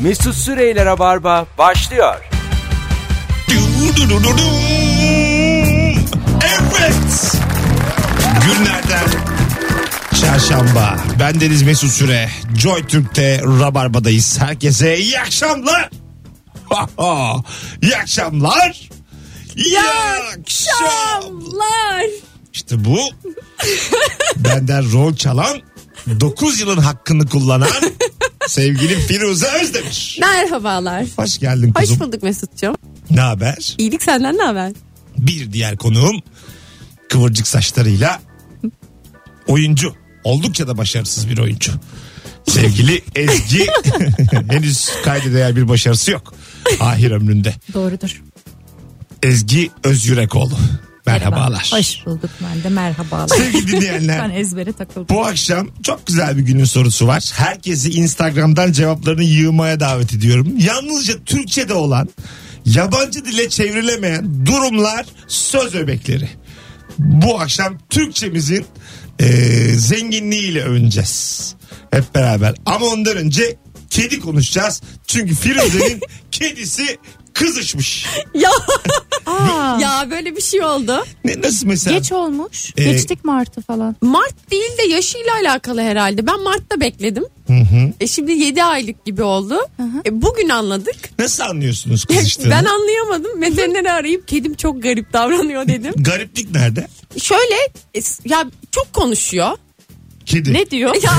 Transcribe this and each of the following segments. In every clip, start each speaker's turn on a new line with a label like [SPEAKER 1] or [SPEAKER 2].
[SPEAKER 1] Mesut Süreyler'e barba başlıyor.
[SPEAKER 2] Du-du-du-du-dum. Evet. Günlerden çarşamba. Ben Deniz Mesut Süre. Joy Türk'te Rabarba'dayız. Herkese iyi akşamlar. Ha ha. iyi akşamlar. İyi akşam.
[SPEAKER 3] Şamlar.
[SPEAKER 2] İşte bu benden rol çalan 9 yılın hakkını kullanan sevgili Firuze Özdemir.
[SPEAKER 3] Merhabalar.
[SPEAKER 2] Hoş geldin
[SPEAKER 3] Hoş
[SPEAKER 2] kuzum.
[SPEAKER 3] bulduk Mesut'cum.
[SPEAKER 2] Ne haber?
[SPEAKER 3] İyilik senden ne haber?
[SPEAKER 2] Bir diğer konuğum kıvırcık saçlarıyla oyuncu. Oldukça da başarısız bir oyuncu. Sevgili Ezgi henüz kayda değer bir başarısı yok. Ahir ömründe.
[SPEAKER 4] Doğrudur.
[SPEAKER 2] Ezgi Özyürekoğlu. Merhabalar.
[SPEAKER 4] Hoş bulduk ben de merhabalar.
[SPEAKER 2] Sevgili dinleyenler
[SPEAKER 4] ben ezbere takıldım.
[SPEAKER 2] bu akşam çok güzel bir günün sorusu var. Herkesi Instagram'dan cevaplarını yığmaya davet ediyorum. Yalnızca Türkçe'de olan, yabancı dile çevrilemeyen durumlar söz öbekleri. Bu akşam Türkçemizin e, zenginliğiyle övüneceğiz. Hep beraber. Ama ondan önce kedi konuşacağız. Çünkü Firuze'nin kedisi kızışmış.
[SPEAKER 3] Ya
[SPEAKER 4] Aa,
[SPEAKER 3] ya böyle bir şey oldu.
[SPEAKER 2] Ne, nasıl mesela?
[SPEAKER 4] geç olmuş.
[SPEAKER 2] Ee,
[SPEAKER 4] Geçtik Mart'ı falan.
[SPEAKER 3] Mart değil de yaşıyla alakalı herhalde. Ben Mart'ta bekledim. E şimdi 7 aylık gibi oldu. E bugün anladık.
[SPEAKER 2] Nasıl anlıyorsunuz kızıştığını?
[SPEAKER 3] Ben anlayamadım. Veterineri arayıp kedim çok garip davranıyor dedim.
[SPEAKER 2] Gariplik nerede?
[SPEAKER 3] Şöyle e, s- ya çok konuşuyor.
[SPEAKER 2] Kedi.
[SPEAKER 3] Ne diyor? Ya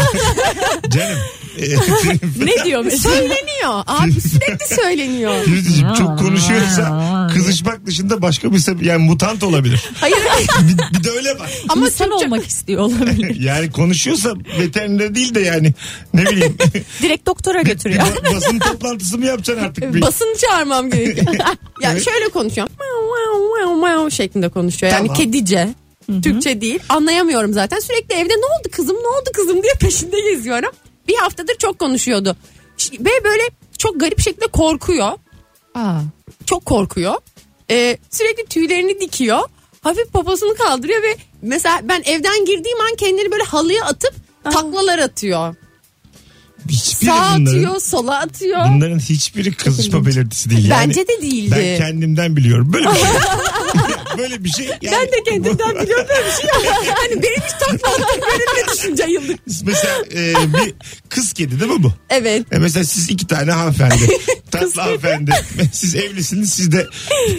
[SPEAKER 2] Canım. Ee,
[SPEAKER 3] ne diyor? mesela? söyleniyor. Abi sürekli söyleniyor.
[SPEAKER 2] Yürütücüm çok konuşuyorsa kızışmak dışında başka bir sebep yani mutant olabilir.
[SPEAKER 3] Hayır
[SPEAKER 2] bir, bir de öyle var.
[SPEAKER 3] ama
[SPEAKER 4] İnsan
[SPEAKER 3] Türkçe-
[SPEAKER 4] olmak istiyor olabilir.
[SPEAKER 2] Yani konuşuyorsa veteriner değil de yani ne bileyim
[SPEAKER 4] Direkt doktora
[SPEAKER 2] bir
[SPEAKER 4] götürüyor.
[SPEAKER 2] ba- basın toplantısı mı yapacaksın artık? Bir...
[SPEAKER 3] basın çağırmam gerekiyor. ya şöyle konuşuyor. Miau, miau, miau, miau şeklinde konuşuyor. Yani
[SPEAKER 2] Tamam.
[SPEAKER 3] kedice. Türkçe değil. Anlayamıyorum zaten. Sürekli evde ne oldu kızım ne oldu kızım diye peşinde geziyorum. Bir haftadır çok konuşuyordu. Ş- Ve böyle çok garip şekilde korkuyor.
[SPEAKER 4] Aa,
[SPEAKER 3] Çok korkuyor. Ee, sürekli tüylerini dikiyor. Hafif poposunu kaldırıyor ve mesela ben evden girdiğim an kendini böyle halıya atıp taklalar atıyor.
[SPEAKER 2] Hiçbiri
[SPEAKER 3] Sağa
[SPEAKER 2] bunların,
[SPEAKER 3] atıyor, sola atıyor.
[SPEAKER 2] bunların hiçbiri kızışma belirtisi değil. Yani
[SPEAKER 3] Bence de değildi.
[SPEAKER 2] Ben kendimden biliyorum. Böyle bir şey. böyle bir şey. yani-
[SPEAKER 3] Ben de kendimden biliyorum böyle bir şey. Yani benim hiç toplantı böyle bir düşünce yıllık.
[SPEAKER 2] Mesela e, bir kız kedi değil mi bu?
[SPEAKER 3] Evet.
[SPEAKER 2] E mesela siz iki tane hanımefendi. tatlı hanımefendi. siz evlisiniz. Siz de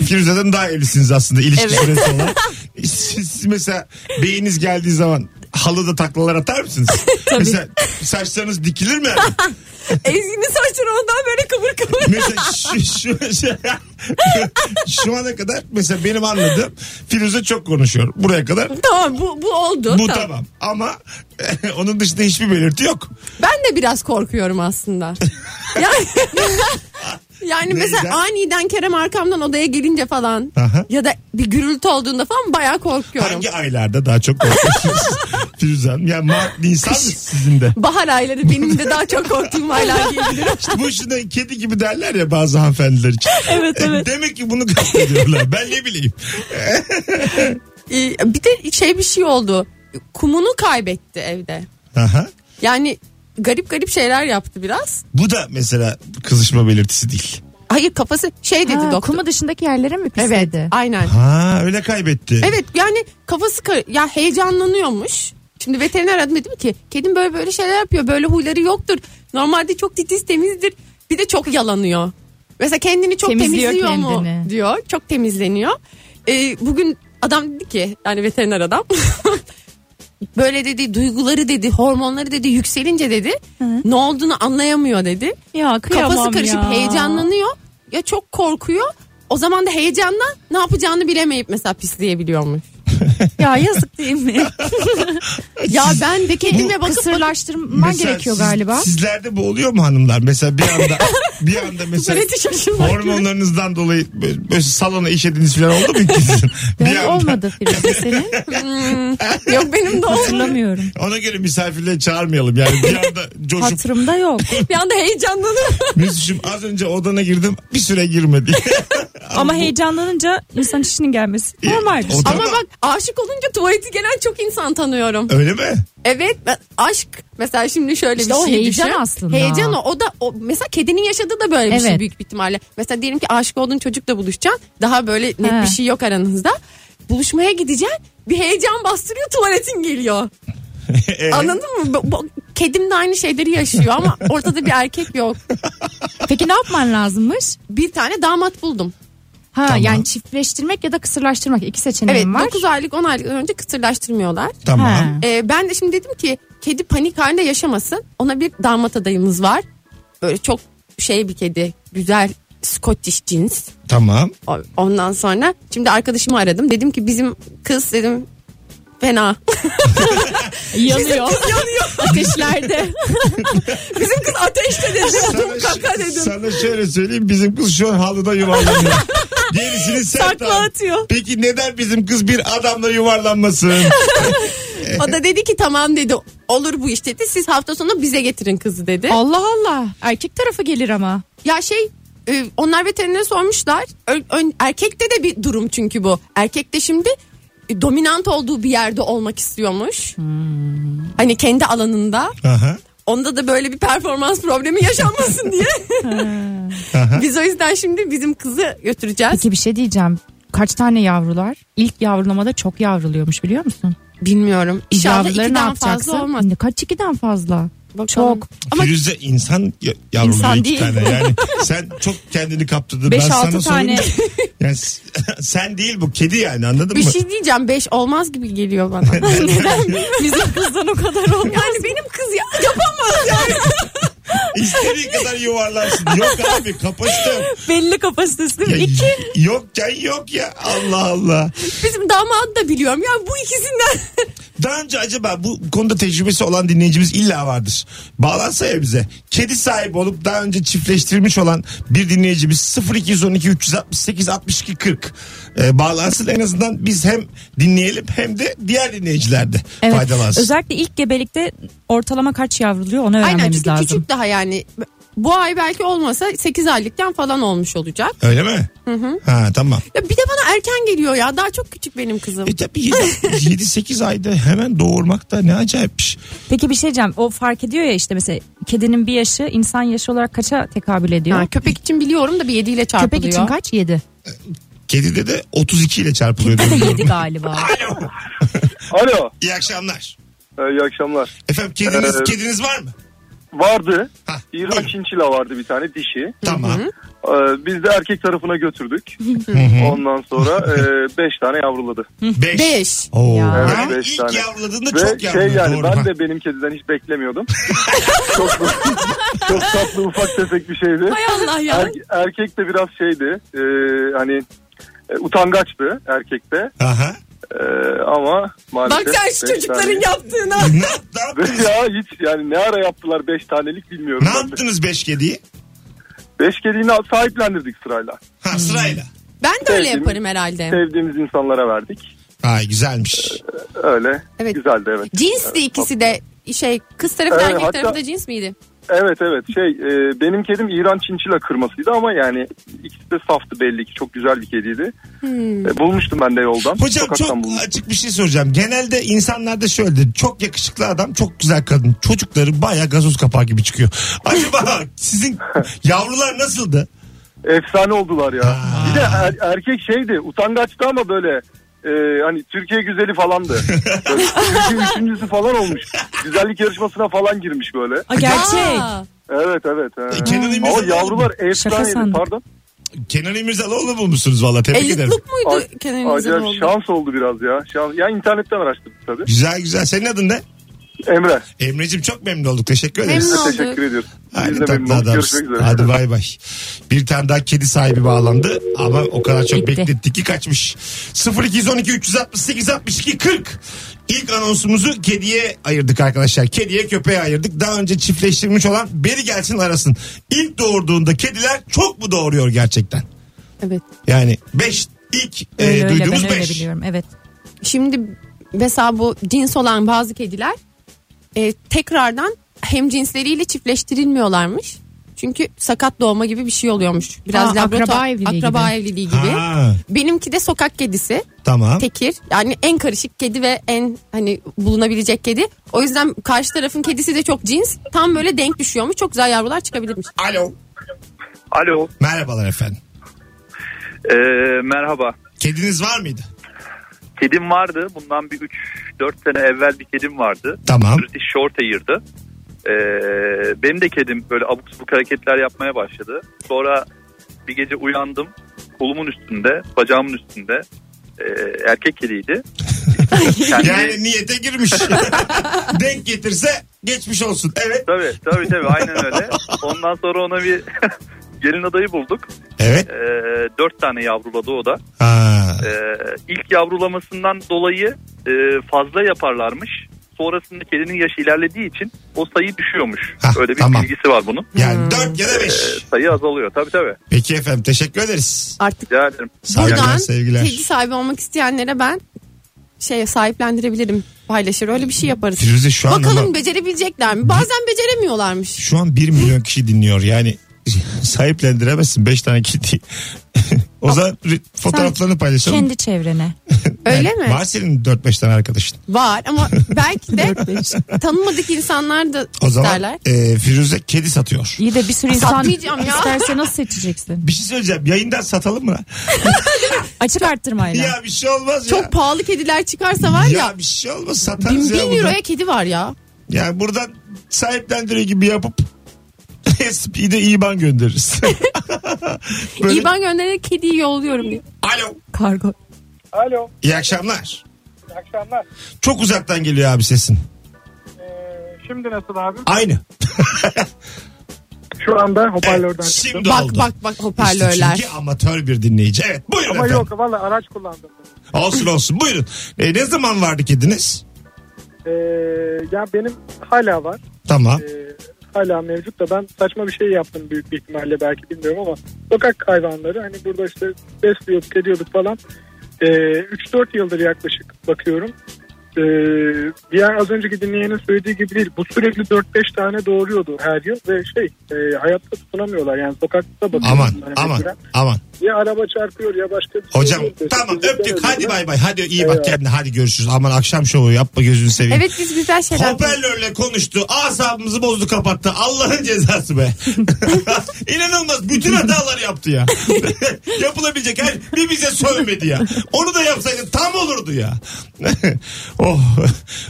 [SPEAKER 2] Firuze'den daha evlisiniz aslında ilişki süresi olan. E Siz, siz mesela beyiniz geldiği zaman halıda taklalar atar mısınız? Mesela saçlarınız dikilir mi?
[SPEAKER 3] Ezgi'nin saçları ondan böyle kıvır kıvır.
[SPEAKER 2] mesela şu, şu, şu, şu ana kadar mesela benim anladığım Firuze çok konuşuyor. Buraya kadar
[SPEAKER 3] tamam bu, bu oldu.
[SPEAKER 2] bu tamam. Ama onun dışında hiçbir belirti yok.
[SPEAKER 3] Ben de biraz korkuyorum aslında. Yani, yani
[SPEAKER 2] Neyden?
[SPEAKER 3] mesela aniden Kerem arkamdan odaya gelince falan
[SPEAKER 2] Aha.
[SPEAKER 3] ya da bir gürültü olduğunda falan bayağı korkuyorum.
[SPEAKER 2] Hangi aylarda daha çok konuşuyorsunuz Firuze Hanım? Yani Mart, Nisan mı sizin de?
[SPEAKER 3] Bahar ayları benim de daha çok korktuğum aylar geliyor.
[SPEAKER 2] İşte bu işinden kedi gibi derler ya bazı hanımefendiler için. Evet evet. Demek ki bunu kastediyorlar. Ben ne bileyim.
[SPEAKER 3] Ee, bir de şey bir şey oldu. Kumunu kaybetti evde.
[SPEAKER 2] Aha.
[SPEAKER 3] Yani garip garip şeyler yaptı biraz.
[SPEAKER 2] Bu da mesela kızışma belirtisi değil.
[SPEAKER 3] Hayır kafası şey dedi
[SPEAKER 4] ha,
[SPEAKER 3] doktor.
[SPEAKER 4] kumu dışındaki yerlere mi
[SPEAKER 3] Evet
[SPEAKER 4] pisledi?
[SPEAKER 3] aynen.
[SPEAKER 2] Ha öyle kaybetti.
[SPEAKER 3] Evet yani kafası kar- ya heyecanlanıyormuş. Şimdi veteriner aradım dedim ki kedim böyle böyle şeyler yapıyor. Böyle huyları yoktur. Normalde çok titiz temizdir. Bir de çok yalanıyor. Mesela kendini çok temizliyor,
[SPEAKER 4] Temizliyor
[SPEAKER 3] mu
[SPEAKER 4] kendini.
[SPEAKER 3] diyor. Çok temizleniyor. Ee, bugün adam dedi ki yani veteriner adam. böyle dedi duyguları dedi hormonları dedi yükselince dedi. Ne olduğunu anlayamıyor dedi.
[SPEAKER 4] Ya kıyamam
[SPEAKER 3] Kafası karışıp
[SPEAKER 4] ya.
[SPEAKER 3] heyecanlanıyor. Ya çok korkuyor. O zaman da heyecandan ne yapacağını bilemeyip mesela pisleyebiliyormuş.
[SPEAKER 4] Ya yazık değil mi?
[SPEAKER 3] Ya ben de kendime bakıp
[SPEAKER 4] Kısırlaştırman
[SPEAKER 2] Mesela
[SPEAKER 4] gerekiyor
[SPEAKER 2] siz-
[SPEAKER 4] galiba.
[SPEAKER 2] Sizlerde bu oluyor mu hanımlar? Mesela bir anda bir anda mesela
[SPEAKER 3] Böyle şaşırmak.
[SPEAKER 2] hormonlarınızdan dolayı böyle, böyle salona işediğiniz falan oldu mu ki sizin?
[SPEAKER 4] Ben
[SPEAKER 2] bir anda.
[SPEAKER 4] olmadı Firuze senin.
[SPEAKER 3] Yok benim de olmuyor.
[SPEAKER 4] Hatırlamıyorum.
[SPEAKER 2] Ona göre misafirleri çağırmayalım yani bir anda coşup
[SPEAKER 4] Hatırımda yok.
[SPEAKER 3] Bir anda heyecanlanıp
[SPEAKER 2] Mesut'cum az önce odana girdim bir süre girmedi.
[SPEAKER 4] Ama heyecanlanınca insan işinin gelmesi normaldir.
[SPEAKER 2] O da-
[SPEAKER 3] Ama
[SPEAKER 2] Tamam.
[SPEAKER 3] bak aşık olunca tuvaleti gelen çok insan tanıyorum.
[SPEAKER 2] Öyle mi?
[SPEAKER 3] Evet ben- aşk mesela şimdi şöyle
[SPEAKER 5] İşte
[SPEAKER 3] bir
[SPEAKER 5] o
[SPEAKER 3] şey
[SPEAKER 5] heyecan
[SPEAKER 3] düşün.
[SPEAKER 5] aslında.
[SPEAKER 3] Heyecan o. O da o, mesela kedinin yaşadığı da böyle bir şey
[SPEAKER 5] Evet.
[SPEAKER 3] büyük bir ihtimalle. Mesela diyelim ki aşık olduğun çocukla buluşacaksın. Daha böyle net
[SPEAKER 5] He.
[SPEAKER 3] bir şey yok aranızda. Buluşmaya gideceksin. Bir heyecan bastırıyor tuvaletin geliyor.
[SPEAKER 2] Ee,
[SPEAKER 3] Anladın mı? Bu- bu- kedim de aynı şeyleri yaşıyor ama ortada bir erkek yok.
[SPEAKER 5] Peki ne yapman lazımmış?
[SPEAKER 3] Bir tane damat buldum.
[SPEAKER 5] Ha
[SPEAKER 2] Tamam.
[SPEAKER 5] yani çiftleştirmek ya da kısırlaştırmak iki
[SPEAKER 3] Evet
[SPEAKER 5] seçeneğim var.
[SPEAKER 3] 9 aylık 10 aylık önce kısırlaştırmıyorlar.
[SPEAKER 2] Tamam.
[SPEAKER 5] Ha.
[SPEAKER 3] Ee, ben de şimdi dedim ki kedi panik halinde yaşamasın. Ona bir damat adayımız var. Böyle çok şey bir kedi. Güzel Scottish cins.
[SPEAKER 2] Tamam.
[SPEAKER 3] O- Ondan sonra şimdi arkadaşımı aradım. Dedim ki bizim kız dedim fena.
[SPEAKER 5] Yanıyor. Ateşlerde.
[SPEAKER 3] Bizim kız ateşte dedim. Kaka
[SPEAKER 2] ş-
[SPEAKER 3] dedim.
[SPEAKER 2] sana şöyle söyleyeyim bizim kız şu an halıda yuvarlanıyor. Gerisini sen
[SPEAKER 3] Takla
[SPEAKER 2] tam.
[SPEAKER 3] atıyor.
[SPEAKER 2] Peki neden bizim kız bir adamla yuvarlanmasın?
[SPEAKER 3] O da dedi ki tamam dedi. Olur bu iş dedi. Siz hafta sonu bize getirin kızı dedi.
[SPEAKER 5] Allah Allah. Erkek tarafı gelir ama.
[SPEAKER 3] Ya şey e, onlar veterinere sormuşlar. Ö- ön- erkekte de bir durum çünkü bu. Erkekte şimdi e, dominant olduğu bir yerde olmak istiyormuş.
[SPEAKER 5] Hmm.
[SPEAKER 3] Hani kendi alanında.
[SPEAKER 2] Aha.
[SPEAKER 3] Onda da böyle bir performans problemi yaşanmasın diye. Biz o yüzden şimdi bizim kızı götüreceğiz.
[SPEAKER 5] Peki bir şey diyeceğim. Kaç tane yavrular? İlk yavrulamada çok yavruluyormuş biliyor musun?
[SPEAKER 3] Bilmiyorum. İnşallah
[SPEAKER 5] Yavruları ne
[SPEAKER 3] ikiden
[SPEAKER 5] yapacaksın?
[SPEAKER 3] fazla olmaz.
[SPEAKER 5] Ne, Kaç ikiden fazla?
[SPEAKER 3] Bakalım.
[SPEAKER 5] Çok.
[SPEAKER 3] Ama
[SPEAKER 2] Firuze insan ya- yavruluyor
[SPEAKER 3] İnsan
[SPEAKER 2] iki
[SPEAKER 3] değil.
[SPEAKER 2] tane. Yani sen çok kendini kaptırdın.
[SPEAKER 5] Beş,
[SPEAKER 2] ben
[SPEAKER 5] altı
[SPEAKER 2] sana
[SPEAKER 5] tane.
[SPEAKER 2] söyleyeyim. Yani s- sen değil bu kedi yani anladın
[SPEAKER 3] bir
[SPEAKER 2] mı?
[SPEAKER 3] şey diyeceğim 5 olmaz gibi geliyor bana.
[SPEAKER 5] Bizim kızdan o kadar olmaz.
[SPEAKER 3] yani benim kız ya, yapamaz yani.
[SPEAKER 2] İstediği kadar yuvarlansın. Yok abi kapasite yok.
[SPEAKER 5] Belli kapasitesi değil
[SPEAKER 2] Ya,
[SPEAKER 5] mi? İki.
[SPEAKER 2] Yokken yok ya Allah Allah.
[SPEAKER 3] Bizim damadı da biliyorum. Ya bu ikisinden
[SPEAKER 2] Daha önce acaba bu konuda tecrübesi olan dinleyicimiz illa vardır. Bağlansa ya bize. Kedi sahibi olup daha önce çiftleştirmiş olan bir dinleyicimiz 0212 368 62 40 ee, bağlansın. En azından biz hem dinleyelim hem de diğer dinleyiciler de
[SPEAKER 5] Evet.
[SPEAKER 2] faydalansın.
[SPEAKER 4] Özellikle ilk gebelikte ortalama kaç yavruluyor onu öğrenmemiz
[SPEAKER 3] Aynen çünkü
[SPEAKER 4] lazım.
[SPEAKER 3] küçük daha yani. Bu ay belki olmasa 8 aylıkken falan olmuş olacak.
[SPEAKER 2] Öyle mi? Ha tamam.
[SPEAKER 3] Ya bir de bana erken geliyor ya. Daha çok küçük benim kızım.
[SPEAKER 2] E tabii 7-8 ayda hemen doğurmak da ne acayipmiş.
[SPEAKER 4] Peki bir şey diyeceğim. O fark ediyor ya işte mesela kedinin bir yaşı insan yaşı olarak kaça tekabül ediyor?
[SPEAKER 3] Ha, köpek için biliyorum da bir 7 ile çarpılıyor.
[SPEAKER 5] Köpek için kaç? Yedi.
[SPEAKER 2] Kedide de 32 ile çarpılıyor. diye
[SPEAKER 5] Yedi
[SPEAKER 2] biliyorum.
[SPEAKER 5] galiba.
[SPEAKER 2] Alo.
[SPEAKER 6] Alo.
[SPEAKER 2] İyi akşamlar.
[SPEAKER 6] Ee, iyi akşamlar.
[SPEAKER 2] Efendim kediniz,
[SPEAKER 6] Ee,
[SPEAKER 2] kediniz var mı?
[SPEAKER 6] Vardı.
[SPEAKER 2] Hah,
[SPEAKER 6] İran
[SPEAKER 2] buyurun.
[SPEAKER 6] Çinçila vardı bir tane dişi.
[SPEAKER 2] Tamam.
[SPEAKER 6] Ee, biz de erkek tarafına götürdük. Ondan sonra 5 tane yavruladı.
[SPEAKER 2] 5.
[SPEAKER 3] 5.
[SPEAKER 2] Oo.
[SPEAKER 5] Ya.
[SPEAKER 2] Yani
[SPEAKER 6] Evet, beş
[SPEAKER 2] ilk
[SPEAKER 6] tane.
[SPEAKER 2] yavruladığında
[SPEAKER 6] Ve
[SPEAKER 2] çok yavruladı.
[SPEAKER 6] şey yani
[SPEAKER 2] doğru.
[SPEAKER 6] ben
[SPEAKER 2] Ha.
[SPEAKER 6] de benim kediden hiç beklemiyordum. çok, çok tatlı ufak tefek bir şeydi.
[SPEAKER 3] Hay Allah ya.
[SPEAKER 6] Er- erkek de biraz şeydi. e, hani e, utangaçtı erkekte.
[SPEAKER 2] Aha.
[SPEAKER 6] E, ama maalesef.
[SPEAKER 3] Bak sen şu
[SPEAKER 6] beş
[SPEAKER 3] çocukların
[SPEAKER 6] tane-
[SPEAKER 3] yaptığına.
[SPEAKER 2] Ne, ne yaptınız?
[SPEAKER 6] ya hiç yani ne ara yaptılar 5 tanelik bilmiyorum.
[SPEAKER 2] ne yaptınız beş kediyi?
[SPEAKER 6] 5 kediyi sahiplendirdik sırayla.
[SPEAKER 2] Ha sırayla.
[SPEAKER 3] Ben de öyle
[SPEAKER 6] Sevdim.
[SPEAKER 3] yaparım herhalde.
[SPEAKER 6] Sevdiğimiz insanlara verdik.
[SPEAKER 2] Ay güzelmiş.
[SPEAKER 6] Öyle.
[SPEAKER 3] Evet.
[SPEAKER 6] Güzeldi evet.
[SPEAKER 3] Cinsti ikisi de şey kız tarafı da
[SPEAKER 6] Evet,
[SPEAKER 3] erkek
[SPEAKER 6] hatta-
[SPEAKER 3] tarafı da cins miydi?
[SPEAKER 6] Evet evet şey e, benim kedim İran Çinçila kırmasıydı ama yani ikisi de saftı belli ki çok güzel bir kediydi.
[SPEAKER 4] Hmm.
[SPEAKER 6] E, bulmuştum ben de yoldan.
[SPEAKER 2] Hocam
[SPEAKER 6] Sokaktan
[SPEAKER 2] çok
[SPEAKER 6] bulmuştum.
[SPEAKER 2] açık bir şey soracağım. Genelde insanlarda şöyledir. Çok yakışıklı adam, çok güzel kadın. Çocukları baya gazoz kapağı gibi çıkıyor. Acaba sizin yavrular nasıldı?
[SPEAKER 6] Efsane oldular ya.
[SPEAKER 2] Aa.
[SPEAKER 6] Bir de er- erkek şeydi utangaçtı ama böyle e, hani Türkiye güzeli falandı. Böyle Türkiye üçüncüsü falan olmuş. Güzellik yarışmasına falan girmiş böyle.
[SPEAKER 4] Aa, gerçek.
[SPEAKER 3] Aa,
[SPEAKER 6] Evet evet. he.
[SPEAKER 2] E, Kenan
[SPEAKER 6] Ama
[SPEAKER 2] İmirzalıoğlu,
[SPEAKER 6] yavrular
[SPEAKER 4] Şaka
[SPEAKER 6] efsaneydi
[SPEAKER 4] sandım.
[SPEAKER 6] pardon.
[SPEAKER 2] Kenan İmirzalıoğlu bulmuşsunuz valla. Tebrik ederim.
[SPEAKER 3] Ellitlik muydu
[SPEAKER 6] Ac-
[SPEAKER 3] Kenan
[SPEAKER 6] Acayip
[SPEAKER 3] İmirzalıoğlu?
[SPEAKER 6] şans oldu biraz ya. Şans, ya internetten araştırdık tabii.
[SPEAKER 2] Güzel güzel. Senin adın ne?
[SPEAKER 6] Emre.
[SPEAKER 2] Emre'cim çok memnun olduk. Teşekkür ederiz.
[SPEAKER 3] Memnun olduk.
[SPEAKER 6] Teşekkür ediyoruz. Biz
[SPEAKER 2] Aynı
[SPEAKER 6] de memnun
[SPEAKER 2] tatlı
[SPEAKER 6] olduk.
[SPEAKER 2] adamsın.
[SPEAKER 6] Görüşmek üzere.
[SPEAKER 2] Hadi bay bay. Bir tane daha kedi sahibi bağlandı ama o kadar çok
[SPEAKER 5] Gitti.
[SPEAKER 2] beklettik ki kaçmış. 0212 368 62 40. İlk anonsumuzu kediye ayırdık arkadaşlar. Kediye köpeğe ayırdık. Daha önce çiftleştirmiş olan beri gelsin arasın. İlk doğurduğunda kediler çok mu doğuruyor gerçekten?
[SPEAKER 3] Evet.
[SPEAKER 2] Yani 5 ilk e,
[SPEAKER 4] Öyle öyle ben
[SPEAKER 2] duyduğumuz
[SPEAKER 4] öyle
[SPEAKER 2] 5.
[SPEAKER 4] biliyorum. Evet.
[SPEAKER 3] Şimdi mesela bu cins olan bazı kediler e, tekrardan hem cinsleriyle çiftleştirilmiyorlarmış. Çünkü sakat doğma gibi bir şey oluyormuş. Biraz
[SPEAKER 5] Ha,
[SPEAKER 3] laboratuvar-
[SPEAKER 5] akraba evliliği
[SPEAKER 3] akraba evliliği gibi.
[SPEAKER 2] Ha,
[SPEAKER 3] Benimki de sokak kedisi.
[SPEAKER 2] tamam.
[SPEAKER 3] Tekir. Yani en karışık kedi ve en hani bulunabilecek kedi. O yüzden karşı tarafın kedisi de çok cins. Tam böyle denk düşüyormuş. Çok güzel yavrular çıkabilirmiş.
[SPEAKER 2] Alo.
[SPEAKER 7] Alo.
[SPEAKER 2] Merhabalar efendim.
[SPEAKER 7] Ee, merhaba.
[SPEAKER 2] Kediniz var mıydı?
[SPEAKER 7] Kedim vardı. Bundan bir 3-4 sene evvel bir kedim vardı.
[SPEAKER 2] Tamam.
[SPEAKER 7] British Shorthair'dı. Ee, benim de kedim böyle abuk subuk hareketler yapmaya başladı. Sonra bir gece uyandım. Kolumun üstünde, bacağımın üstünde. Ee, erkek kediydi. Kendi-
[SPEAKER 2] Yani niyete girmiş. Denk getirse geçmiş olsun. Evet.
[SPEAKER 7] Tabii tabii tabii aynen öyle. Ondan sonra ona bir gelin adayı bulduk.
[SPEAKER 2] Evet.
[SPEAKER 7] Ee, dört tane yavruladı o da.
[SPEAKER 2] Ha.
[SPEAKER 3] Hmm.
[SPEAKER 7] Ee, ilk yavrulamasından dolayı e, fazla yaparlarmış. Sonrasında kedinin yaşı ilerlediği için o sayı düşüyormuş.
[SPEAKER 2] Hah,
[SPEAKER 7] Öyle bir
[SPEAKER 2] tamam.
[SPEAKER 7] bilgisi var bunun.
[SPEAKER 2] Yani 4 ya da 5.
[SPEAKER 7] Sayı azalıyor tabii tabii.
[SPEAKER 2] Peki efendim teşekkür ederiz.
[SPEAKER 3] Artık
[SPEAKER 7] Rica ederim.
[SPEAKER 2] Saygılar
[SPEAKER 3] buradan
[SPEAKER 2] sevgiler.
[SPEAKER 3] kedi sahibi olmak isteyenlere ben şey sahiplendirebilirim. Paylaşır. Öyle bir şey yaparız.
[SPEAKER 2] Firuze şu an
[SPEAKER 3] Bakalım
[SPEAKER 2] ama-
[SPEAKER 3] becerebilecekler mi? Bazen beceremiyorlarmış.
[SPEAKER 2] Şu an 1 milyon kişi dinliyor yani sahiplendiremezsin 5 tane kedi. o zaman re- fotoğraflarını paylaşalım.
[SPEAKER 4] Kendi çevrene.
[SPEAKER 3] Öyle
[SPEAKER 2] Yani
[SPEAKER 3] mi?
[SPEAKER 2] Var senin 4-5 tane arkadaşın.
[SPEAKER 3] Var ama belki de tanımadık insanlar da
[SPEAKER 2] O
[SPEAKER 3] isterler.
[SPEAKER 2] zaman e, Firuze kedi satıyor.
[SPEAKER 4] İyi de bir sürü insan
[SPEAKER 3] Satmayacağım ya.
[SPEAKER 4] isterse nasıl seçeceksin?
[SPEAKER 2] Bir şey söyleyeceğim yayından satalım mı? lan?
[SPEAKER 4] Açık arttırmayla.
[SPEAKER 2] ya bir şey olmaz ya.
[SPEAKER 3] Çok pahalı kediler çıkarsa var
[SPEAKER 2] ya,
[SPEAKER 3] ya.
[SPEAKER 2] bir şey olmaz
[SPEAKER 3] Bin,
[SPEAKER 2] satarız
[SPEAKER 3] bin
[SPEAKER 2] ya. buradan.
[SPEAKER 3] euroya kedi var ya.
[SPEAKER 2] Yani buradan sahiplendiriyor gibi yapıp bir de IBAN göndeririz. Böyle-
[SPEAKER 3] İban göndererek kediyi yolluyorum diye.
[SPEAKER 2] Alo.
[SPEAKER 4] Kargo.
[SPEAKER 8] Alo,
[SPEAKER 2] İyi akşamlar.
[SPEAKER 8] iyi akşamlar.
[SPEAKER 2] Çok uzaktan geliyor abi sesin.
[SPEAKER 8] Ee, şimdi nasıl abi?
[SPEAKER 2] Aynı.
[SPEAKER 8] Şu anda hoparlörden
[SPEAKER 2] Evet,
[SPEAKER 8] çıktım.
[SPEAKER 2] şimdi
[SPEAKER 3] Bak
[SPEAKER 2] oldu.
[SPEAKER 3] bak bak
[SPEAKER 2] İşte
[SPEAKER 3] hoparlörler.
[SPEAKER 2] çünkü amatör bir dinleyici. Evet buyurun
[SPEAKER 8] Ama
[SPEAKER 2] efendim.
[SPEAKER 8] yok valla araç kullandım.
[SPEAKER 2] Olsun olsun buyurun. E, ne zaman vardı kediniz?
[SPEAKER 8] Ee, ya benim hala var.
[SPEAKER 2] Tamam.
[SPEAKER 8] Ee, hala mevcut da ben saçma bir şey yaptım büyük bir ihtimalle belki bilmiyorum ama sokak hayvanları hani burada işte besliyorduk ediyorduk falan. Ee, 3-4 yıldır yaklaşık bakıyorum. Ee, diğer az önceki dinleyenin söylediği gibi değil. Bu sürekli 4-5 tane doğuruyordu her yıl ve şey e, hayatta tutunamıyorlar. Yani sokakta bakıyorsun.
[SPEAKER 2] aman
[SPEAKER 8] Hani
[SPEAKER 2] aman
[SPEAKER 8] mesela
[SPEAKER 2] aman.
[SPEAKER 8] Ya araba çarpıyor ya başka bir şey.
[SPEAKER 2] Hocam
[SPEAKER 8] oluyor.
[SPEAKER 2] tamam
[SPEAKER 8] Sizlikten
[SPEAKER 2] öptük hadi
[SPEAKER 8] ödüyorlar.
[SPEAKER 2] bay bay. Hadi iyi bak
[SPEAKER 8] Eyvallah.
[SPEAKER 2] kendine hadi görüşürüz. Aman akşam şovu yapma gözünü seveyim.
[SPEAKER 3] Evet biz güzel şeyler.
[SPEAKER 2] Hoparlörle konuştu. Asabımızı bozdu kapattı. Allah'ın cezası be. İnanılmaz. Bütün hataları yaptı ya. Yapılabilecek her bir bize sövmedi ya. Onu da yapsaydın tam olurdu ya. oh.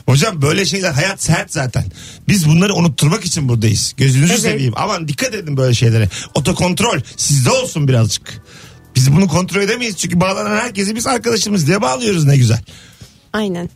[SPEAKER 2] Hocam böyle şeyler hayat sert zaten. Biz bunları unutturmak için buradayız. Gözünüzü seveyim. Aman dikkat edin böyle şeylere. Otokontrol sizde olsun birazcık. Biz bunu kontrol edemeyiz çünkü bağlanan herkesi biz arkadaşımız diye bağlıyoruz ne güzel.
[SPEAKER 3] Aynen.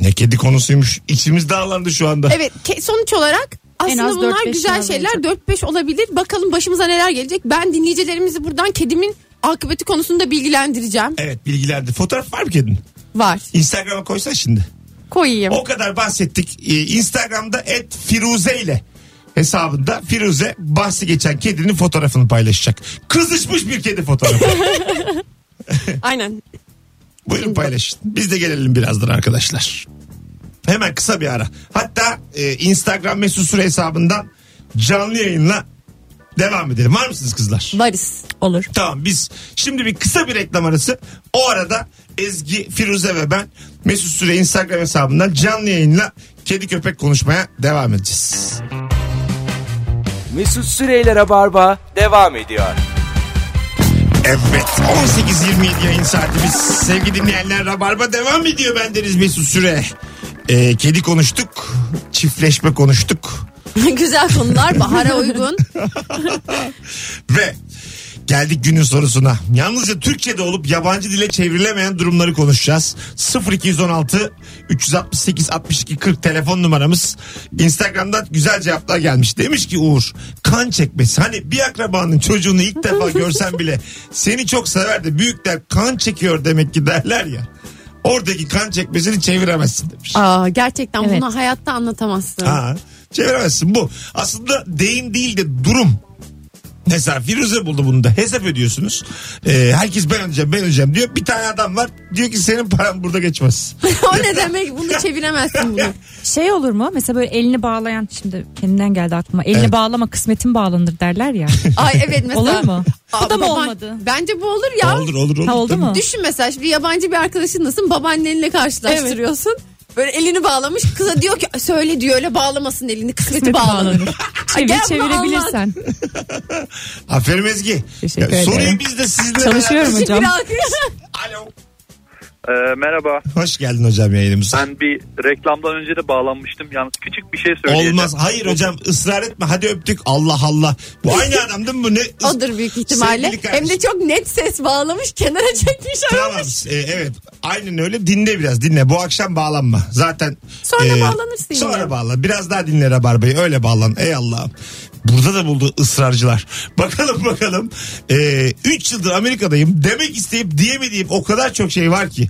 [SPEAKER 2] Ne kedi konusuymuş. İçimiz dağlandı şu anda.
[SPEAKER 3] Evet ke- sonuç olarak aslında
[SPEAKER 5] az
[SPEAKER 3] bunlar
[SPEAKER 5] 4-5
[SPEAKER 3] güzel
[SPEAKER 5] tane
[SPEAKER 3] şeyler.
[SPEAKER 5] olacak.
[SPEAKER 3] 4-5 olabilir. Bakalım başımıza neler gelecek. Ben dinleyicilerimizi buradan kedimin akıbeti konusunda bilgilendireceğim.
[SPEAKER 2] Evet bilgilendi. Fotoğraf var mı kedin?
[SPEAKER 3] Var.
[SPEAKER 2] Instagram'a koysan şimdi.
[SPEAKER 3] Koyayım.
[SPEAKER 2] O kadar bahsettik. Ee, Instagram'da et Firuze ile hesabında Firuze bahsi geçen kedinin fotoğrafını paylaşacak. Kızışmış bir kedi fotoğrafı.
[SPEAKER 3] Aynen.
[SPEAKER 2] Buyurun paylaşın. Biz de gelelim birazdan arkadaşlar. Hemen kısa bir ara. Hatta e, Instagram mesut süre hesabından canlı yayınla devam edelim. Var mısınız kızlar?
[SPEAKER 3] Varız.
[SPEAKER 4] Olur.
[SPEAKER 2] Tamam biz şimdi bir kısa bir reklam arası. O arada Ezgi, Firuze ve ben Mesut Süre Instagram hesabından canlı yayınla kedi köpek konuşmaya devam edeceğiz.
[SPEAKER 1] Mesut Süreyler'e barba devam ediyor.
[SPEAKER 2] Evet 18.27 yayın saatimiz. Sevgili dinleyenler Rabarba devam ediyor bendeniz Mesut Süre. Ee, kedi konuştuk, çiftleşme konuştuk
[SPEAKER 3] güzel konular. Bahara uygun.
[SPEAKER 2] ve geldik günün sorusuna. Yalnızca Türkçe'de olup yabancı dile çevrilemeyen durumları konuşacağız. 0216 368 62 40 telefon numaramız. Instagram'dan güzel cevaplar gelmiş. Demiş ki Uğur kan çekmesi. Hani bir akrabanın çocuğunu ilk defa görsen bile seni çok sever de büyükler kan çekiyor demek ki derler ya. Oradaki kan çekmesini çeviremezsin demiş.
[SPEAKER 3] Aa, gerçekten
[SPEAKER 5] Evet.
[SPEAKER 3] bunu hayatta anlatamazsın.
[SPEAKER 2] Ha, çeviremezsin bu. Aslında deyim değil de durum. Mesela Firuze buldu bunu da. Hesap ödüyorsunuz. Ee, herkes ben ödeyeceğim ben ödeyeceğim diyor. Bir tane adam var. Diyor ki senin paran burada geçmez.
[SPEAKER 3] o ne demek? Bunu çeviremezsin bunu.
[SPEAKER 4] Şey olur mu? Mesela böyle elini bağlayan şimdi kendimden geldi aklıma. Elini
[SPEAKER 2] Evet.
[SPEAKER 4] bağlama kısmetin bağlanır derler ya.
[SPEAKER 3] Ay evet mesela.
[SPEAKER 4] olur mu?
[SPEAKER 3] Aa,
[SPEAKER 4] Bu da mı
[SPEAKER 3] baban-
[SPEAKER 4] olmadı?
[SPEAKER 3] Bence bu olur ya.
[SPEAKER 2] Olur olur olur.
[SPEAKER 4] Ha, oldu
[SPEAKER 2] Tabii.
[SPEAKER 4] mu?
[SPEAKER 3] Düşün mesela şimdi yabancı bir arkadaşındasın babaannenle karşılaştırıyorsun. Böyle elini bağlamış kıza diyor ki söyle diyor öyle bağlamasın elini kısmeti bağlanır. Ay,
[SPEAKER 4] Çevir
[SPEAKER 3] gel bunu
[SPEAKER 4] çevirebilirsen.
[SPEAKER 2] Aferin Ezgi.
[SPEAKER 4] Teşekkür
[SPEAKER 2] Ya, Soruyu
[SPEAKER 4] ederim.
[SPEAKER 2] biz de sizinle beraber-
[SPEAKER 4] Çalışıyorum
[SPEAKER 3] Şimdi
[SPEAKER 4] Hocam.
[SPEAKER 3] bir alkış.
[SPEAKER 2] Alo.
[SPEAKER 7] Ee, merhaba.
[SPEAKER 2] Hoş geldin hocam yayınımıza.
[SPEAKER 7] Ben bir reklamdan önce de bağlanmıştım. Yalnız küçük bir şey söyleyeceğim.
[SPEAKER 2] Olmaz. Hayır hocam ısrar etme. Hadi öptük. Allah Allah. Bu aynı adam değil mi bu? Ne?
[SPEAKER 3] Odur büyük ihtimalle.
[SPEAKER 2] Sevgili kardeşim.
[SPEAKER 3] Hem de çok net ses bağlamış kenara çekmiş.
[SPEAKER 2] Tamam. Ee, evet. Aynen öyle. Dinle biraz dinle. Bu akşam bağlanma. Zaten. e,
[SPEAKER 3] Sonra bağlanırsın
[SPEAKER 2] Sonra
[SPEAKER 3] yine.
[SPEAKER 2] bağlan. Biraz daha dinle Rabarba'yı. Öyle bağlan. Ey Allah'ım. Burada da buldu ısrarcılar. Bakalım bakalım. 3 yıldır Amerika'dayım. Demek isteyip diyemediğim o kadar çok şey var ki.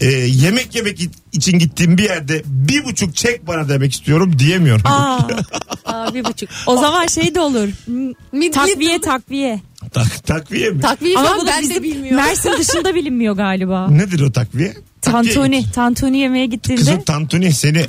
[SPEAKER 2] Ee, yemek yemek için gittiğim bir yerde bir buçuk çek bana demek istiyorum diyemiyorum.
[SPEAKER 4] Aa, aa, bir buçuk. O zaman şey de olur.
[SPEAKER 3] Midye-
[SPEAKER 4] Takviye takviye.
[SPEAKER 2] Tak, takviye mi?
[SPEAKER 3] Takviye
[SPEAKER 4] Ama
[SPEAKER 3] falan
[SPEAKER 4] bu da
[SPEAKER 3] ben de
[SPEAKER 4] bizim
[SPEAKER 3] bilmiyorum.
[SPEAKER 4] Mersin dışında bilinmiyor galiba.
[SPEAKER 2] Nedir o takviye? Takviye-
[SPEAKER 4] Tantuni. Tantuni yemeğe
[SPEAKER 2] Kızım
[SPEAKER 4] gittiğinde.
[SPEAKER 2] tantuni seni